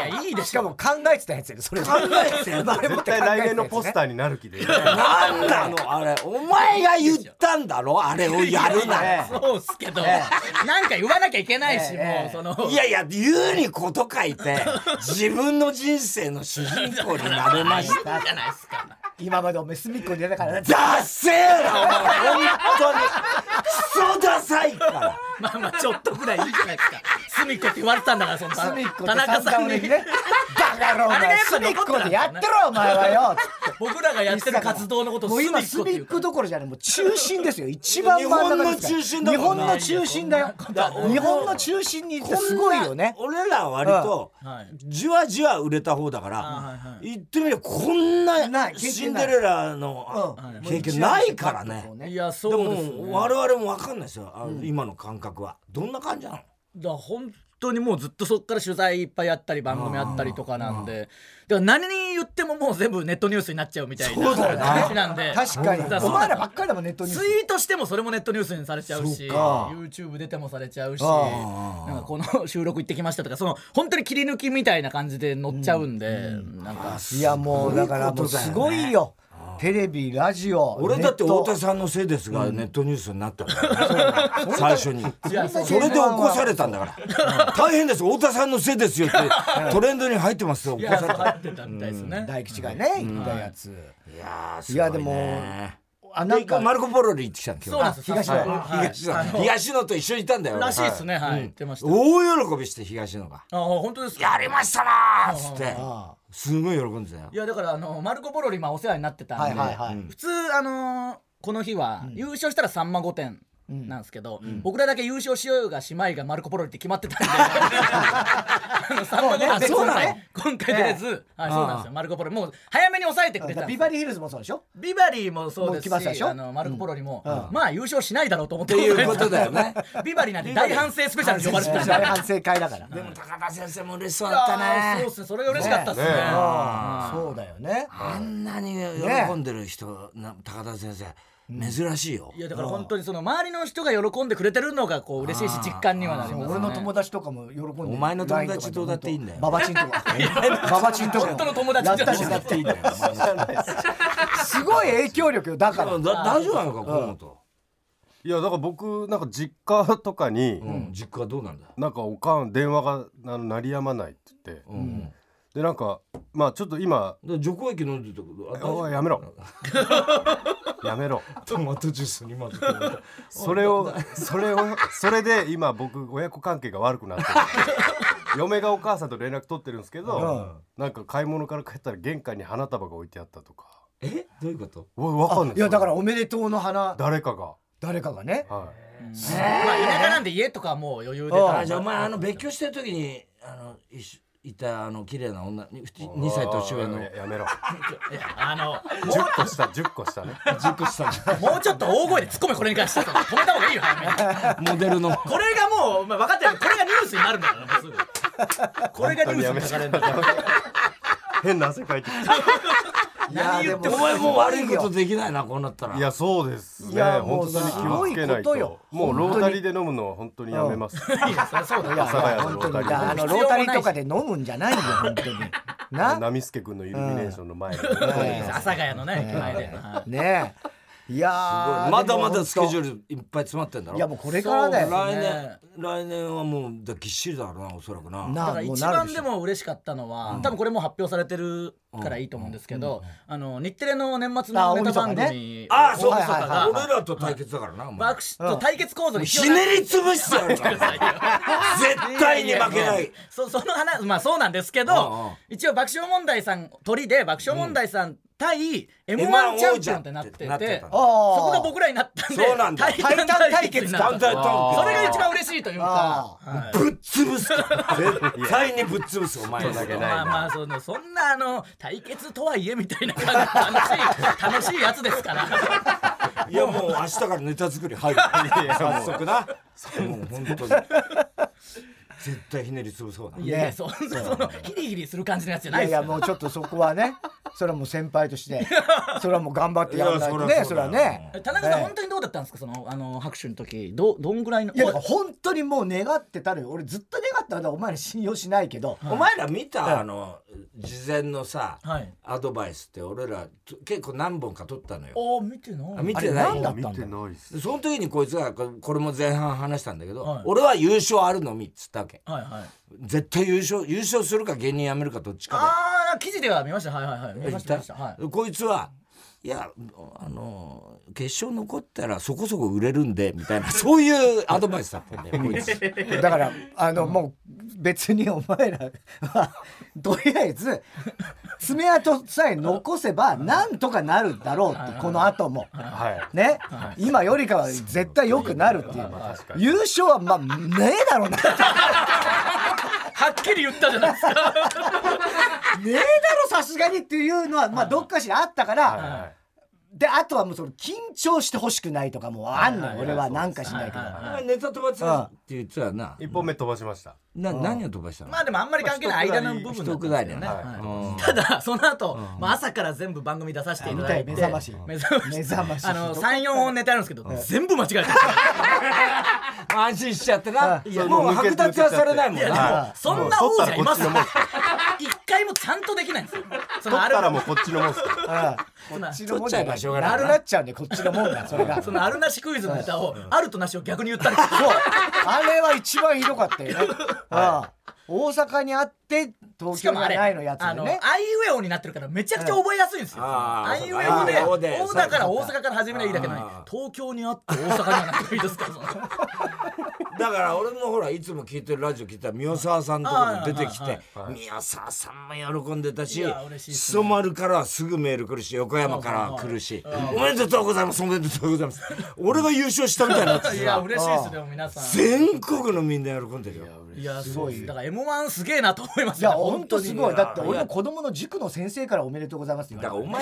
[SPEAKER 3] いやいいで
[SPEAKER 1] し
[SPEAKER 3] し
[SPEAKER 1] か
[SPEAKER 3] ょ
[SPEAKER 1] も考えてたやつやでそれ考えてたやつ
[SPEAKER 4] 絶対来年のポスターになる気で。
[SPEAKER 2] なんなのあれお前が言ったんだろあれをやるなら
[SPEAKER 3] そうっすけどなんか言わなきゃいけないしもうその
[SPEAKER 2] いやいや言うにこと書いて自分の人生の主人公になれました
[SPEAKER 3] じゃないですか
[SPEAKER 1] 今までお前隅っこに出たからね
[SPEAKER 2] ダッセーなお前本当にクソダサいから
[SPEAKER 3] <laughs> まあまあちょっとぐらいいいじゃないですか隅っこって言われてたんだからその
[SPEAKER 1] 隅っこって
[SPEAKER 3] 田中さん
[SPEAKER 1] 俺
[SPEAKER 3] に
[SPEAKER 1] にねバカ野郎お
[SPEAKER 3] あれが
[SPEAKER 1] 前
[SPEAKER 3] やっぱ
[SPEAKER 1] 隅っ
[SPEAKER 3] 残ってたんだ
[SPEAKER 1] こでやってろお前はよ
[SPEAKER 3] 僕らがやってる活動のことを
[SPEAKER 1] もう
[SPEAKER 3] 隅っ
[SPEAKER 1] 今
[SPEAKER 3] こって
[SPEAKER 1] 隅
[SPEAKER 3] 言
[SPEAKER 1] っ
[SPEAKER 3] うか
[SPEAKER 1] こ
[SPEAKER 3] ら
[SPEAKER 1] どころじゃないもう中心ですよ一番真ん中ですか
[SPEAKER 2] 日
[SPEAKER 1] ら
[SPEAKER 2] 本の中心だもんな
[SPEAKER 1] 日本の中心だよ日本の中心に行ってすごいよね
[SPEAKER 2] こんな俺らは割と
[SPEAKER 3] はい
[SPEAKER 2] じわじわ売れた方だから、
[SPEAKER 3] はいはい
[SPEAKER 2] 言ってみればこん
[SPEAKER 1] な
[SPEAKER 2] ない
[SPEAKER 1] 経験ない
[SPEAKER 2] シンデレラの
[SPEAKER 1] うん
[SPEAKER 2] 経験ないからね。
[SPEAKER 3] いや
[SPEAKER 2] で
[SPEAKER 3] そうですよ
[SPEAKER 2] も
[SPEAKER 3] ね
[SPEAKER 2] 我々も分かんないですよ、あの今の感覚はどんな感じなの
[SPEAKER 3] だから本当にもうずっとそっから取材いっぱいやったり番組やったりとかなんでだから何に言ってももう全部ネットニュースになっちゃうみたいな話なんで
[SPEAKER 1] 確かに
[SPEAKER 3] だら
[SPEAKER 1] お前らばっかりだもんネットニュー
[SPEAKER 3] ツ
[SPEAKER 1] ス
[SPEAKER 3] イートしてもそれもネットニュースにされちゃうし
[SPEAKER 2] そうか
[SPEAKER 3] YouTube 出てもされちゃうし
[SPEAKER 2] あ
[SPEAKER 3] なんかこの収録行ってきましたとかその本当に切り抜きみたいな感じで載っちゃうんで、なんか
[SPEAKER 1] いやもうだからもう
[SPEAKER 2] す
[SPEAKER 1] す
[SPEAKER 2] ご
[SPEAKER 1] ご
[SPEAKER 2] い
[SPEAKER 1] いよテレビラジオ
[SPEAKER 2] 俺だって
[SPEAKER 1] ネット
[SPEAKER 2] 太田さんのせいですがネットニュースになったから、最初に
[SPEAKER 3] いやそう
[SPEAKER 2] それで起こされたんだから大変です太田さんのせいですよってトレンドに入ってますよ
[SPEAKER 3] い
[SPEAKER 2] 起こ
[SPEAKER 3] や
[SPEAKER 2] された
[SPEAKER 3] 入ってたみたいですね、
[SPEAKER 1] 大吉がね言ったやつ
[SPEAKER 2] いやーす
[SPEAKER 1] い
[SPEAKER 2] ごい
[SPEAKER 1] や
[SPEAKER 2] ね
[SPEAKER 1] でもあな
[SPEAKER 2] で
[SPEAKER 1] ん
[SPEAKER 2] 一回
[SPEAKER 1] か
[SPEAKER 2] マルコ・ポロリ行ってきたんです
[SPEAKER 3] そうなんですよ
[SPEAKER 1] 東野
[SPEAKER 3] はい
[SPEAKER 2] 東野
[SPEAKER 3] あの
[SPEAKER 2] 東野と一緒にいたんだよ俺
[SPEAKER 3] らしいですねはい、言ってました
[SPEAKER 2] 大喜びして東野が
[SPEAKER 3] あ本当です
[SPEAKER 2] 「
[SPEAKER 3] か
[SPEAKER 2] やりましたな!」っつって
[SPEAKER 1] あ
[SPEAKER 2] すごい喜んでたよ
[SPEAKER 3] いやだからあのマルコ・ポロリまあお世話になってたんで、
[SPEAKER 1] はいはいはい
[SPEAKER 3] 普通あのーこの日は優勝したらさんま御殿なんですけど、僕らだけ優勝しようがしまいがマルコ・ポロリって決まってたんであのさんま御殿別
[SPEAKER 2] そう
[SPEAKER 3] に
[SPEAKER 2] なの
[SPEAKER 3] ね今回出れず、はい、そうなんですよマルコ・ポロリもう早めに抑えてくれたんです
[SPEAKER 1] ビバリーヒルズもそうでしょ
[SPEAKER 3] ビバリーもそうです
[SPEAKER 1] もう来ましたで
[SPEAKER 3] し
[SPEAKER 1] しょ
[SPEAKER 3] あのマルコ・ポロリも、
[SPEAKER 1] うん
[SPEAKER 3] まあ優勝しないだろうと思って
[SPEAKER 2] っていうことだよね
[SPEAKER 3] ビバリーなんて大反省スペシャルに呼ばれてたんで
[SPEAKER 1] 大反省会だから
[SPEAKER 2] でも高田先生も嬉しそう
[SPEAKER 3] いや
[SPEAKER 2] だった
[SPEAKER 3] ーそう
[SPEAKER 2] ね
[SPEAKER 3] っすねそれが嬉しかったっすね
[SPEAKER 4] ねえねえ
[SPEAKER 1] ああ <laughs> そうだよね
[SPEAKER 2] あんなに喜んでる人な高田先生珍しいよ
[SPEAKER 3] いやだから本当にその周りの人が喜んでくれてるのがこう嬉しいし実感にはなりますね。
[SPEAKER 1] 俺の友達とかも喜んで
[SPEAKER 2] お前の友達どうだっていいんだよ
[SPEAKER 1] ババチンと
[SPEAKER 2] <laughs>
[SPEAKER 1] かババチンとか
[SPEAKER 3] 本当の友達じ
[SPEAKER 1] や
[SPEAKER 3] ゃな
[SPEAKER 1] った
[SPEAKER 3] いで
[SPEAKER 1] しな
[SPEAKER 3] すか
[SPEAKER 1] っていいんだよすごい影響力よだから
[SPEAKER 2] だ大丈夫なのか河本
[SPEAKER 4] いやだから僕なんか実家とかに、
[SPEAKER 2] うん実家はどうなんだ
[SPEAKER 4] なんかおかん電話があの鳴りやまないって言って、
[SPEAKER 2] うん
[SPEAKER 4] でなんかまあちょっと今
[SPEAKER 2] だから除光液飲んでたけどあ大丈夫
[SPEAKER 4] おいやめろや
[SPEAKER 2] <laughs>
[SPEAKER 4] めろ
[SPEAKER 2] トマトジュースに混ぜて
[SPEAKER 4] それをそれをそれで今僕親子関係が悪くなってる嫁がお母さんと連絡取ってるんですけど、なんか買い物から帰ったら玄関に花束が置いてあったとか
[SPEAKER 2] えどういうこと
[SPEAKER 4] おいわかんない
[SPEAKER 1] いやだからおめでとうの花
[SPEAKER 4] 誰かが
[SPEAKER 1] 誰かがね
[SPEAKER 4] はい
[SPEAKER 3] まあ田舎なんで家とかはもう余裕で多
[SPEAKER 2] あ
[SPEAKER 3] 分
[SPEAKER 2] じゃあお前あの別居してる時にあの一緒いたあの綺麗な女にふち2歳年上の
[SPEAKER 4] おいややめ
[SPEAKER 3] い
[SPEAKER 4] ろ
[SPEAKER 3] やあの
[SPEAKER 4] 10個下10個下ね
[SPEAKER 2] 熟した
[SPEAKER 3] もうちょっと大声で突っ込めこれに関しては止めた方がいいよ早めに
[SPEAKER 2] モデルの
[SPEAKER 3] これがもう、まあ、分かってるこれがニュースになるんだからもうすぐこれがニュースに書かれるんだから
[SPEAKER 4] 変な汗かいてき
[SPEAKER 3] 何言って
[SPEAKER 2] お
[SPEAKER 3] も
[SPEAKER 2] 前もう悪いこと
[SPEAKER 1] で
[SPEAKER 2] できないなこうなったら
[SPEAKER 4] たいやそうです
[SPEAKER 1] い
[SPEAKER 4] ね
[SPEAKER 1] やもう
[SPEAKER 4] 本当に気をつけ
[SPEAKER 1] す
[SPEAKER 4] ない
[SPEAKER 1] ごいこと
[SPEAKER 4] と
[SPEAKER 1] よ
[SPEAKER 4] もう
[SPEAKER 1] 本
[SPEAKER 4] ロ
[SPEAKER 1] 当に
[SPEAKER 4] ータリーで飲むのは本当にやめます
[SPEAKER 3] いいよそりゃそうだよ
[SPEAKER 1] いや
[SPEAKER 4] 佐ヶ谷の
[SPEAKER 1] 本当に
[SPEAKER 4] ロータリー
[SPEAKER 1] いやあのロータリーとかで飲むんじゃないよ本当に
[SPEAKER 2] <laughs>
[SPEAKER 1] な
[SPEAKER 4] 波助君のイルミネーションの前で
[SPEAKER 3] いいです阿佐ヶ谷のね駅前で、はい
[SPEAKER 1] ねえいやー
[SPEAKER 2] まだまだスケジュ
[SPEAKER 1] ル
[SPEAKER 2] ールいっぱい詰まってんだろ
[SPEAKER 1] いやもうこれからだ
[SPEAKER 3] そ
[SPEAKER 1] よ
[SPEAKER 3] う
[SPEAKER 2] 来年
[SPEAKER 3] ね
[SPEAKER 2] 来年はもうだぎっしりだろうなおそらくな
[SPEAKER 1] な
[SPEAKER 3] だから
[SPEAKER 1] もう
[SPEAKER 3] 一
[SPEAKER 1] なる
[SPEAKER 3] 番
[SPEAKER 1] し
[SPEAKER 3] でも嬉しかったのは、多分これもう発表されてるからいいと思うんですけど、あの日テレの年末
[SPEAKER 1] あ
[SPEAKER 3] の
[SPEAKER 1] 大
[SPEAKER 3] ネタ
[SPEAKER 1] 晦日
[SPEAKER 3] 番
[SPEAKER 1] ね
[SPEAKER 3] 組
[SPEAKER 2] ああそうか
[SPEAKER 3] 大晦
[SPEAKER 1] はいはいは
[SPEAKER 3] 日
[SPEAKER 1] い
[SPEAKER 3] が
[SPEAKER 2] 俺らと対決だからなお前
[SPEAKER 3] 爆死と対決構造に
[SPEAKER 2] ひねり潰してやるから絶対に負けない
[SPEAKER 3] そその話まあそうなんですけ
[SPEAKER 2] うんう
[SPEAKER 3] ど
[SPEAKER 2] ん
[SPEAKER 3] 一応爆笑問題さん鳥で爆笑問題さん対 m 1
[SPEAKER 2] M1
[SPEAKER 3] チャンピオンってなってて
[SPEAKER 2] 王者ってなってたの
[SPEAKER 3] そ
[SPEAKER 1] あー
[SPEAKER 3] こが僕らになったんで
[SPEAKER 2] そうなんだ
[SPEAKER 3] 対談対決にな
[SPEAKER 2] 単
[SPEAKER 3] った
[SPEAKER 2] 体
[SPEAKER 3] そ
[SPEAKER 2] と
[SPEAKER 3] れが一番嬉しいというか
[SPEAKER 1] あ
[SPEAKER 3] はい
[SPEAKER 2] ぶっ潰すから絶対にぶっ潰すお前だけ
[SPEAKER 4] けない
[SPEAKER 3] まあまあそのそんなあの対決とはいえみたいな感じ楽しい楽しいやつですから
[SPEAKER 2] いやもう明日からネタ作り入 <laughs> る早速なもう本当に絶対ひねり潰そうない
[SPEAKER 3] やいやそんなそのヒリヒリする感じのやつじゃないい
[SPEAKER 1] や
[SPEAKER 3] で
[SPEAKER 1] い
[SPEAKER 3] すか
[SPEAKER 1] やもう
[SPEAKER 3] ら
[SPEAKER 1] ちょっとそこはね <laughs> それはもう先輩としてそれはもう頑張ってやらないと
[SPEAKER 2] いや
[SPEAKER 1] ね
[SPEAKER 2] そ
[SPEAKER 1] それ
[SPEAKER 2] りゃそ
[SPEAKER 1] は
[SPEAKER 2] うだよ
[SPEAKER 1] ね
[SPEAKER 3] 田中さん、
[SPEAKER 1] ええ
[SPEAKER 3] 本当にどうだったんですかそのあの拍手の時どうどんぐらいの
[SPEAKER 1] いやだから本当にもう願ってたのよ俺ずっと願ったのだからお前ら信用しないけど
[SPEAKER 2] お前ら見たあの事前のさ、
[SPEAKER 3] はい
[SPEAKER 2] アドバイスって俺らちょ結構何本か取ったのよ
[SPEAKER 3] お見てない
[SPEAKER 2] あ見
[SPEAKER 1] あ
[SPEAKER 2] て
[SPEAKER 1] れ
[SPEAKER 2] ない
[SPEAKER 1] 何だったんだ
[SPEAKER 4] 見てないっす
[SPEAKER 2] でその時にこいつがここれも前半話したんだけど、
[SPEAKER 3] はい
[SPEAKER 2] 俺は優勝あるのみっつったわけ
[SPEAKER 3] はいはい
[SPEAKER 2] 絶対優勝優勝するか芸人辞めるかどっちか
[SPEAKER 3] ああ記事では見ましたはいはいはい
[SPEAKER 2] で
[SPEAKER 3] 見ました見ましたはい
[SPEAKER 2] 言ったこいつはいやあの決勝残ったらそこそこ売れるんでみたいな <laughs> そういうアドバイスだったん
[SPEAKER 3] <laughs>
[SPEAKER 2] だよこいつ
[SPEAKER 1] だからあのもう別にお前らは <laughs> とりあえず爪痕さえ残せばなんとかなるだろうってこの後も。
[SPEAKER 4] はい
[SPEAKER 1] ね、今よりかは絶対良くなるっていう
[SPEAKER 4] まあ確かに
[SPEAKER 1] 優勝はまあねえだろうなね
[SPEAKER 3] はっきり言ったじゃないですか
[SPEAKER 1] えだろさすがにっていうのはまあどっかしらあったから、
[SPEAKER 4] はいはい
[SPEAKER 1] であとはもうその緊張してほしくないとかもあんのよ、
[SPEAKER 4] はいはい
[SPEAKER 1] 俺はなんかしないけど、
[SPEAKER 3] はいはいはい
[SPEAKER 2] お前ネタ飛ばすって言ってたな
[SPEAKER 4] 一本目飛ばしました
[SPEAKER 2] な何を飛ばしたの、
[SPEAKER 3] <laughs> まあでもあんまり関係ない間の部分だ
[SPEAKER 2] 一
[SPEAKER 3] った
[SPEAKER 2] く
[SPEAKER 3] んで
[SPEAKER 2] だ
[SPEAKER 3] す
[SPEAKER 2] りだ
[SPEAKER 3] よね
[SPEAKER 2] ね、
[SPEAKER 3] はい
[SPEAKER 2] うん
[SPEAKER 3] ただその後、まあ朝から全部番組出させていただいて
[SPEAKER 1] 見たい目覚まし
[SPEAKER 3] 目覚まし
[SPEAKER 1] 目覚まし
[SPEAKER 3] あの34本ネタあるんですけど全部間違え
[SPEAKER 2] 安心しちゃってな
[SPEAKER 1] う
[SPEAKER 2] いやもう剥奪はされないもん
[SPEAKER 3] たい
[SPEAKER 2] な
[SPEAKER 3] やでもそんな王者います
[SPEAKER 4] もう取っ
[SPEAKER 3] 一回もちゃんとできないんですよそ
[SPEAKER 4] 取
[SPEAKER 3] の
[SPEAKER 4] っ
[SPEAKER 3] ある
[SPEAKER 4] たらもうこっちのもんっす
[SPEAKER 1] ああ
[SPEAKER 3] その
[SPEAKER 1] こっちのもん
[SPEAKER 2] 取っち
[SPEAKER 1] じゃ
[SPEAKER 2] ゃえばしょうがない
[SPEAKER 1] な
[SPEAKER 2] な
[SPEAKER 1] るなっちゃうんでこっちのもんだそれが
[SPEAKER 3] そ
[SPEAKER 1] そう
[SPEAKER 3] のあるなしクイズのネタをあるとなしを逆に言ったりして
[SPEAKER 1] あれは一番ひどかったよね、ああ大阪にあって東
[SPEAKER 3] しか
[SPEAKER 1] 京
[SPEAKER 3] も
[SPEAKER 1] が
[SPEAKER 3] あれ、
[SPEAKER 1] ないのやつで
[SPEAKER 3] あの、
[SPEAKER 1] ね
[SPEAKER 3] アイウェオになってるからめちゃくちゃ覚えやすいんですよ。
[SPEAKER 2] うん
[SPEAKER 3] アイウ
[SPEAKER 2] ああ
[SPEAKER 3] ェオ
[SPEAKER 2] ア
[SPEAKER 3] で、
[SPEAKER 2] イウェオで
[SPEAKER 3] 大だから大阪から始めりゃいいだけなのに
[SPEAKER 2] あ、
[SPEAKER 3] 東京にあって大阪にはなってもいいですから。その
[SPEAKER 2] だから俺もほらいつも聞いてるラジオ聞いたら宮沢さんとかも出てき
[SPEAKER 3] はい
[SPEAKER 2] て宮沢さんも喜んでた
[SPEAKER 3] い
[SPEAKER 2] し
[SPEAKER 3] や嬉しいっすね
[SPEAKER 2] 裾丸からはすぐメール来るし横山からは来るし「おめでとうございますおめでとうございます」俺が優勝したみたいになって
[SPEAKER 3] <laughs> いや、
[SPEAKER 2] さ
[SPEAKER 3] 嬉しいです、でも皆さん。
[SPEAKER 2] 全国のみんな喜んでるよ。
[SPEAKER 3] いや、すごい。だから M1 すげえなと思いまし
[SPEAKER 1] い
[SPEAKER 3] た
[SPEAKER 1] や
[SPEAKER 3] ね。
[SPEAKER 1] ほんとすごいだって俺
[SPEAKER 2] い
[SPEAKER 1] の
[SPEAKER 2] や
[SPEAKER 1] 子供の塾の先生からおめでとうございますって
[SPEAKER 2] だ
[SPEAKER 1] 言
[SPEAKER 2] か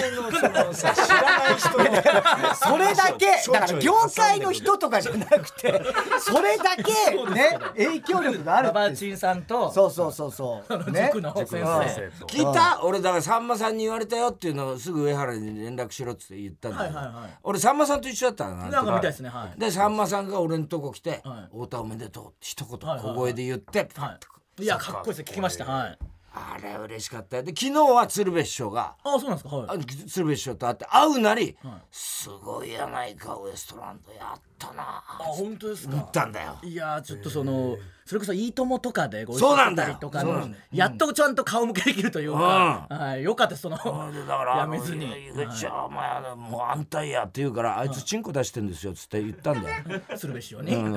[SPEAKER 2] ら
[SPEAKER 1] わ
[SPEAKER 2] お前のそ
[SPEAKER 1] れ
[SPEAKER 2] のさ知らない人の
[SPEAKER 1] たそれだけだから業界の人とかじゃなくてそれだけね影響力がある
[SPEAKER 3] ババ
[SPEAKER 1] っ
[SPEAKER 3] チ
[SPEAKER 1] て
[SPEAKER 3] ンさんと、
[SPEAKER 1] そうそうそうそうね
[SPEAKER 3] 塾の先
[SPEAKER 4] 塾の先
[SPEAKER 3] 生。
[SPEAKER 4] 生と
[SPEAKER 2] 聞いた俺だからさんまさんに言われたよっていうのをすぐ上原に連絡しろって言ったんだけど
[SPEAKER 3] はいはいはい
[SPEAKER 2] 俺さんまさんと一緒だったの
[SPEAKER 3] なんかみたいですね、はい。
[SPEAKER 2] でさんまさんが俺のとこ来て「
[SPEAKER 3] はい
[SPEAKER 2] 太田おめでとう」って一言
[SPEAKER 3] はいはい
[SPEAKER 2] 小声で言って、
[SPEAKER 3] はい。いや、かっこいいですね、聞きました。はい。
[SPEAKER 2] あれ嬉しかったよで昨日は鶴瓶師匠が
[SPEAKER 3] あ、そうなんですか、は
[SPEAKER 2] あ
[SPEAKER 3] い。
[SPEAKER 2] 鶴瓶師匠と会って会うなり「
[SPEAKER 3] はい
[SPEAKER 2] すごいやないかウエストランドやったな」
[SPEAKER 3] あ、本当です
[SPEAKER 2] 言っ
[SPEAKER 3] か。
[SPEAKER 2] たんだよ
[SPEAKER 3] いやーちょっとそのそれこそ「いいとも!」とかでご
[SPEAKER 2] そう
[SPEAKER 3] し
[SPEAKER 2] な
[SPEAKER 3] ょ
[SPEAKER 2] ん
[SPEAKER 3] し
[SPEAKER 2] だ
[SPEAKER 3] た
[SPEAKER 2] よ
[SPEAKER 3] りとか
[SPEAKER 2] そうな
[SPEAKER 3] の
[SPEAKER 2] んだ
[SPEAKER 3] やっとちゃんと顔向けできるというか、はい、よかったですその
[SPEAKER 2] でだから
[SPEAKER 3] やめずに
[SPEAKER 2] あの井口はお前あのもう安泰やって言うからあいつチンコ出してんですよっつって言ったんだよ
[SPEAKER 3] 鶴瓶師匠に、
[SPEAKER 2] うん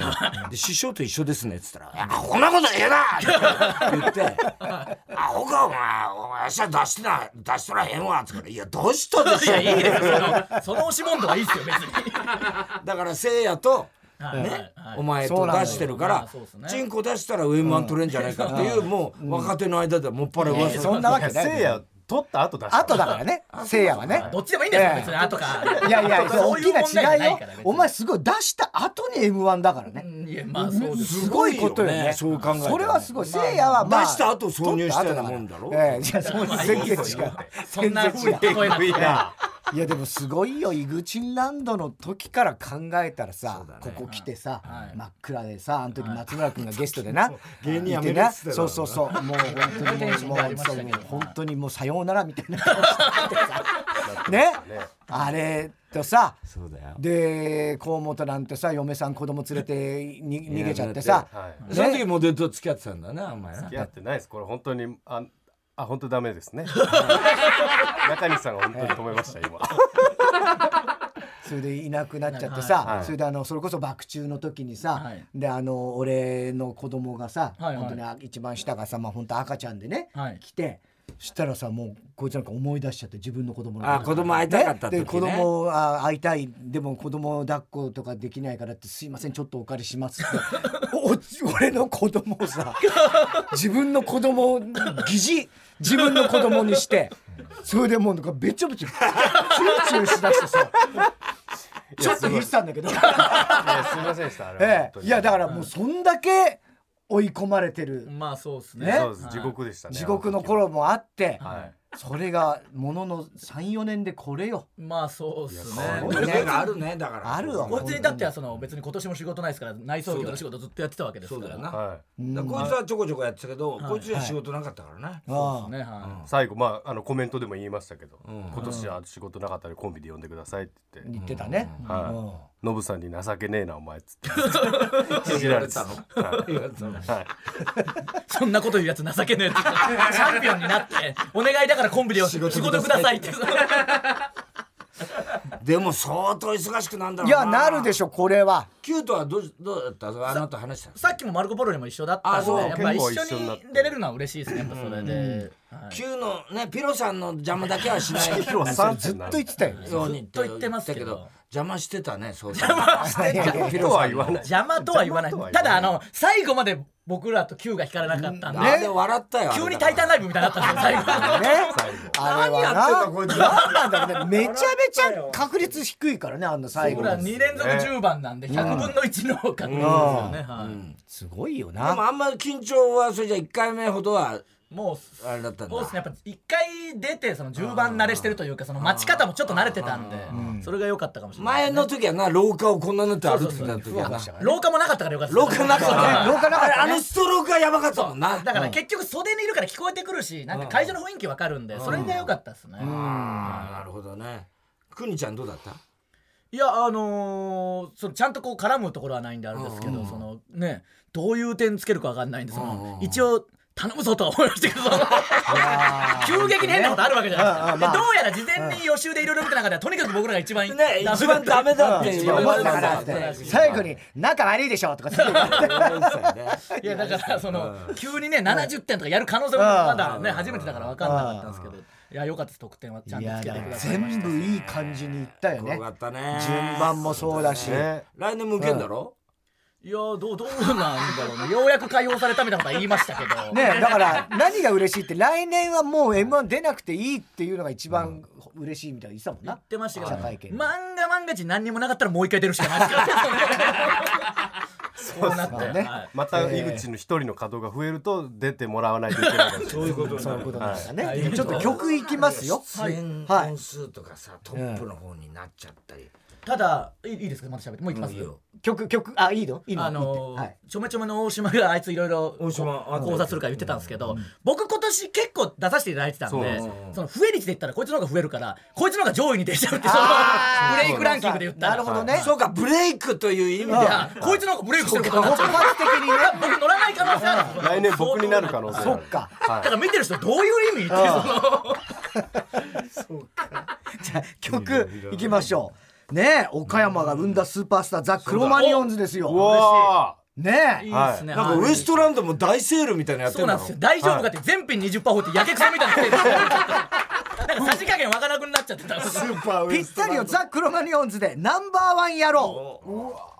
[SPEAKER 2] で師匠と一緒ですねっつったら「いやこんなことええな!」って言って「あほかお前お前明日出してな出しとらへんわ」っつうから「いやどうしたで
[SPEAKER 3] い
[SPEAKER 2] しょ
[SPEAKER 3] や」いいですよそのその押し問答はいいですよ別に、
[SPEAKER 2] だからせいやと。
[SPEAKER 3] はいはい
[SPEAKER 2] ね
[SPEAKER 3] はい
[SPEAKER 2] お前と出してるか
[SPEAKER 3] ま
[SPEAKER 2] ら
[SPEAKER 3] あそうっすね
[SPEAKER 2] チンコ出したら上マン取れんじゃないかっていうもう若手の間ではもっぱら
[SPEAKER 1] いや
[SPEAKER 2] 噂
[SPEAKER 1] そんなわけない
[SPEAKER 4] せいや取った後出した
[SPEAKER 1] 後だからねせいやはね
[SPEAKER 3] どっちでもいいんですよ、
[SPEAKER 1] ええ
[SPEAKER 3] 別に後か
[SPEAKER 1] いやいや
[SPEAKER 3] そ
[SPEAKER 1] 大
[SPEAKER 3] ういう問題
[SPEAKER 1] き
[SPEAKER 3] じゃ
[SPEAKER 1] な違い
[SPEAKER 3] な
[SPEAKER 1] よ
[SPEAKER 3] いから別に
[SPEAKER 1] お前すごい出した後に m 1だからね
[SPEAKER 3] うんいやまあそうです
[SPEAKER 1] すごいことよ
[SPEAKER 2] ね
[SPEAKER 1] ね
[SPEAKER 2] そう考えたら
[SPEAKER 1] それはすごいせいやはまあ
[SPEAKER 2] 出した後挿入したようなもんだろ
[SPEAKER 1] 取った後からええじゃあそう全然違う
[SPEAKER 3] そんなふうに聞こえなくて
[SPEAKER 4] いや
[SPEAKER 1] いやでもすごいよ井口ランドの時から考えたらさ、ここ来てさ、真っ暗でさあの時松村君がゲストで <laughs> な、芸人やめなそうそうそうもう本当にもうもうそうもう本当にもうさようならみたいな顔 <laughs> してさねあれとさ
[SPEAKER 2] そうだよ
[SPEAKER 1] で河本なんてさ嫁さん子供連れてに逃げちゃってさ
[SPEAKER 4] は
[SPEAKER 2] その時モデルと付き合ってたんだなお前ない
[SPEAKER 4] やってないですこれ本当にああ本当ダメですね中西さんが本当に止めました今
[SPEAKER 1] それでいなくなっちゃってさ、
[SPEAKER 4] はいはい
[SPEAKER 1] それであのそれこそ爆中の時にさ、
[SPEAKER 3] はい
[SPEAKER 1] であの俺の子供がさ、
[SPEAKER 3] はいはい
[SPEAKER 1] 本当にあ一番下がさ、まあ、本当赤ちゃんでね、
[SPEAKER 3] はい
[SPEAKER 1] 来てしたらさもうこいつなんか思い出しちゃって自分の子供の
[SPEAKER 2] あ子供会いたかった時ね
[SPEAKER 1] ねで子供あ会いたいでも子供抱っことかできないからって「すいませんちょっとお借りします」ってお俺の子供をさ自分の子供を疑似自分の子供にしてそれでもうなんかべちょべちょチューチューしだしてさちょっと言ってたんだけど、
[SPEAKER 4] いやすみませんでしたあれは
[SPEAKER 1] え
[SPEAKER 4] 本当
[SPEAKER 1] え、
[SPEAKER 4] に
[SPEAKER 1] いやだからもうそんだけ追い込まれてる
[SPEAKER 3] まあそうですね
[SPEAKER 1] ね
[SPEAKER 4] そうです地獄でしたね
[SPEAKER 1] 地獄の頃もあって、
[SPEAKER 4] は
[SPEAKER 1] それがものの34年でこれよ
[SPEAKER 3] まあそうっすね
[SPEAKER 2] こういう面があるねだから
[SPEAKER 1] あるわ
[SPEAKER 3] こいつにだってはその別に今年も仕事ないですから内装業の仕事ずっとやってたわけです
[SPEAKER 2] そう
[SPEAKER 3] か
[SPEAKER 2] だ
[SPEAKER 3] ら
[SPEAKER 2] よ
[SPEAKER 3] ね
[SPEAKER 2] な、
[SPEAKER 4] は、
[SPEAKER 2] だからこいつはちょこちょこやってたけど、こいつには仕事なかったからね、
[SPEAKER 1] ああ
[SPEAKER 3] はい
[SPEAKER 4] 最後まああのコメントでも言いましたけど、
[SPEAKER 2] ん
[SPEAKER 4] 今年は仕事なかったらコンビで呼んでくださいって言って
[SPEAKER 1] 言ってたね
[SPEAKER 4] 「はい
[SPEAKER 1] うん
[SPEAKER 4] ノブさんに情けねえなお前」っつって
[SPEAKER 2] <laughs> いじられたの
[SPEAKER 4] はい
[SPEAKER 2] 言われたの
[SPEAKER 4] はい
[SPEAKER 3] いそんなこと言うやつ情けねえって言ってチャンピオンになってお願いだからコンビで仕事くださいって
[SPEAKER 2] でも相当忙しくなんだろ
[SPEAKER 1] いう
[SPEAKER 2] な
[SPEAKER 1] やなるでしょこれは
[SPEAKER 2] キュートはどうどうだったあの後話したの
[SPEAKER 3] さっきもマルコ・ポロリも一緒だったんで
[SPEAKER 2] あそう
[SPEAKER 3] やっぱ一
[SPEAKER 4] 結構一緒にな
[SPEAKER 3] 緒
[SPEAKER 4] っ
[SPEAKER 3] に
[SPEAKER 4] て
[SPEAKER 3] 出れるのは嬉しいですねやっぱそれではい
[SPEAKER 2] キューのねピロさんの邪魔だけはしない
[SPEAKER 4] 今日は3
[SPEAKER 1] ずっと言ってたよね
[SPEAKER 2] ように
[SPEAKER 3] ずっと言ってますけど
[SPEAKER 2] 邪魔してたねそう
[SPEAKER 4] ピロは言わない
[SPEAKER 3] 邪魔とは言わない
[SPEAKER 4] 邪魔とは言わない
[SPEAKER 3] ただあの最後まで僕らと Q が光らなかったんで、
[SPEAKER 2] あれ笑ったよ
[SPEAKER 3] 急に「タイタンライブ」みたいになったんですよ最後
[SPEAKER 1] あれは
[SPEAKER 2] 何やってんだこいつ
[SPEAKER 1] な何なんだろうねめちゃめちゃ確率低いからねあんな最後
[SPEAKER 3] 僕ら2連続10番なんで100分の1の確率ですよね、はい
[SPEAKER 1] すごいよ
[SPEAKER 2] でも
[SPEAKER 1] な
[SPEAKER 2] あんまり緊張はそれじゃ1回目ほどは
[SPEAKER 3] もう
[SPEAKER 2] あれだったんだ
[SPEAKER 3] そうですねやっぱ一回出てその10番慣れしてるというかその待ち方もちょっと慣れてたんでそれが良かったかもしれない
[SPEAKER 2] 前の時はな廊下をこんなになって歩いてた時はな
[SPEAKER 3] 廊下もなかったから良かった
[SPEAKER 2] 廊下なかったね
[SPEAKER 1] 廊下なかったね
[SPEAKER 2] あれあのストロークがやばかったもんな
[SPEAKER 3] だから結局袖にいるから聞こえてくるしなんか会場の雰囲気わかるんでそれが良かったですね
[SPEAKER 2] あーなるほどねくにちゃんどうだった
[SPEAKER 3] いやあのーそのちゃんとこう絡むところはないんであれですけどそのねどういう点つけるかわかんないんでその一応頼むぞとは思いましたけど <laughs> その急激に変なことあるわけじゃないですかでどうやら事前に予習でいろいろ見た中ではとにかく僕らが一番
[SPEAKER 2] ね一番ダメだって
[SPEAKER 1] い
[SPEAKER 2] 言
[SPEAKER 1] や
[SPEAKER 2] わ
[SPEAKER 1] 思っ
[SPEAKER 2] れ
[SPEAKER 1] た
[SPEAKER 2] て
[SPEAKER 1] か
[SPEAKER 2] た
[SPEAKER 1] ら
[SPEAKER 2] か
[SPEAKER 1] って
[SPEAKER 2] ら
[SPEAKER 1] 最後に「仲悪いでしょ」とかする
[SPEAKER 3] いやだからその急にね70点とかやる可能性もまだね初めてだから分かんなかったんですけどいや良かったです得点はちゃん
[SPEAKER 1] <laughs> い
[SPEAKER 3] と
[SPEAKER 1] や
[SPEAKER 3] つけてくださいまし
[SPEAKER 1] 全
[SPEAKER 3] た
[SPEAKER 1] 部いい感じにいったよね
[SPEAKER 2] よかったね
[SPEAKER 1] 順番もそうだし
[SPEAKER 4] ね
[SPEAKER 2] 来年も受けんだろ
[SPEAKER 3] いやどうどうなんだろうねようやく解放されたみたいなことは言いましたけど
[SPEAKER 1] ねだから何が嬉しいって来年はもう m 1出なくていいっていうのが一番嬉しいみたいな言ってたもん
[SPEAKER 3] 言
[SPEAKER 1] な
[SPEAKER 3] ってましたけど
[SPEAKER 1] 記者会見
[SPEAKER 3] 漫画漫画人何にもなかったらもう一回出るしかないですからそうなって
[SPEAKER 1] まあね
[SPEAKER 3] はい
[SPEAKER 4] また井口の一人の稼働が増えると出てもらわないといけないからそういうこと
[SPEAKER 1] そういうことなんだ
[SPEAKER 3] は
[SPEAKER 1] ね
[SPEAKER 3] い
[SPEAKER 1] でちょっと曲いきますよ
[SPEAKER 2] 出演
[SPEAKER 1] はい
[SPEAKER 2] 本数とかさトップの方になっちゃったり
[SPEAKER 3] ただいいいですかまた喋ってもう行きます
[SPEAKER 2] いいよ
[SPEAKER 1] 曲曲あいいのいいの
[SPEAKER 3] あのー
[SPEAKER 1] はい
[SPEAKER 3] ちょめちょめの大島があいついろいろ
[SPEAKER 2] 大島あ
[SPEAKER 3] 講座するから言ってたんですけど、僕今年結構出させていただいてたんで、
[SPEAKER 4] そう
[SPEAKER 3] その増え率で言ったらこいつの方が増えるからこいつの方が上位に出ちゃうってその
[SPEAKER 1] あー
[SPEAKER 3] ブレイクランキングで言ったら
[SPEAKER 1] なるほどね
[SPEAKER 2] そうかブレイクという意味で
[SPEAKER 3] い
[SPEAKER 2] は
[SPEAKER 3] やこいつの方がブレイクしてるから
[SPEAKER 1] 突発的にね
[SPEAKER 3] 僕乗らない可能性ある
[SPEAKER 4] 来年僕になる可能性ある
[SPEAKER 1] そっか
[SPEAKER 3] だ
[SPEAKER 4] は
[SPEAKER 3] から見てる人どういう意味って
[SPEAKER 1] 曲いきましょうねえ岡山が生んだスーパースターザ・クロマニオンズです
[SPEAKER 4] い
[SPEAKER 1] よ
[SPEAKER 4] うわ
[SPEAKER 1] ね
[SPEAKER 3] そ
[SPEAKER 1] え
[SPEAKER 3] のいいですね
[SPEAKER 2] なんかウエストランドも大セールみたいなのやって
[SPEAKER 3] そ
[SPEAKER 2] ん
[SPEAKER 3] うな
[SPEAKER 2] だ
[SPEAKER 3] ん
[SPEAKER 2] ろ
[SPEAKER 3] ですよ大丈夫かって全品20%放ってやけくそみたい
[SPEAKER 2] <laughs>
[SPEAKER 3] な手でなんかさじ加減わからなくなっちゃってた
[SPEAKER 1] ぴったりよザ・クロマニオンズでナンバーワン野郎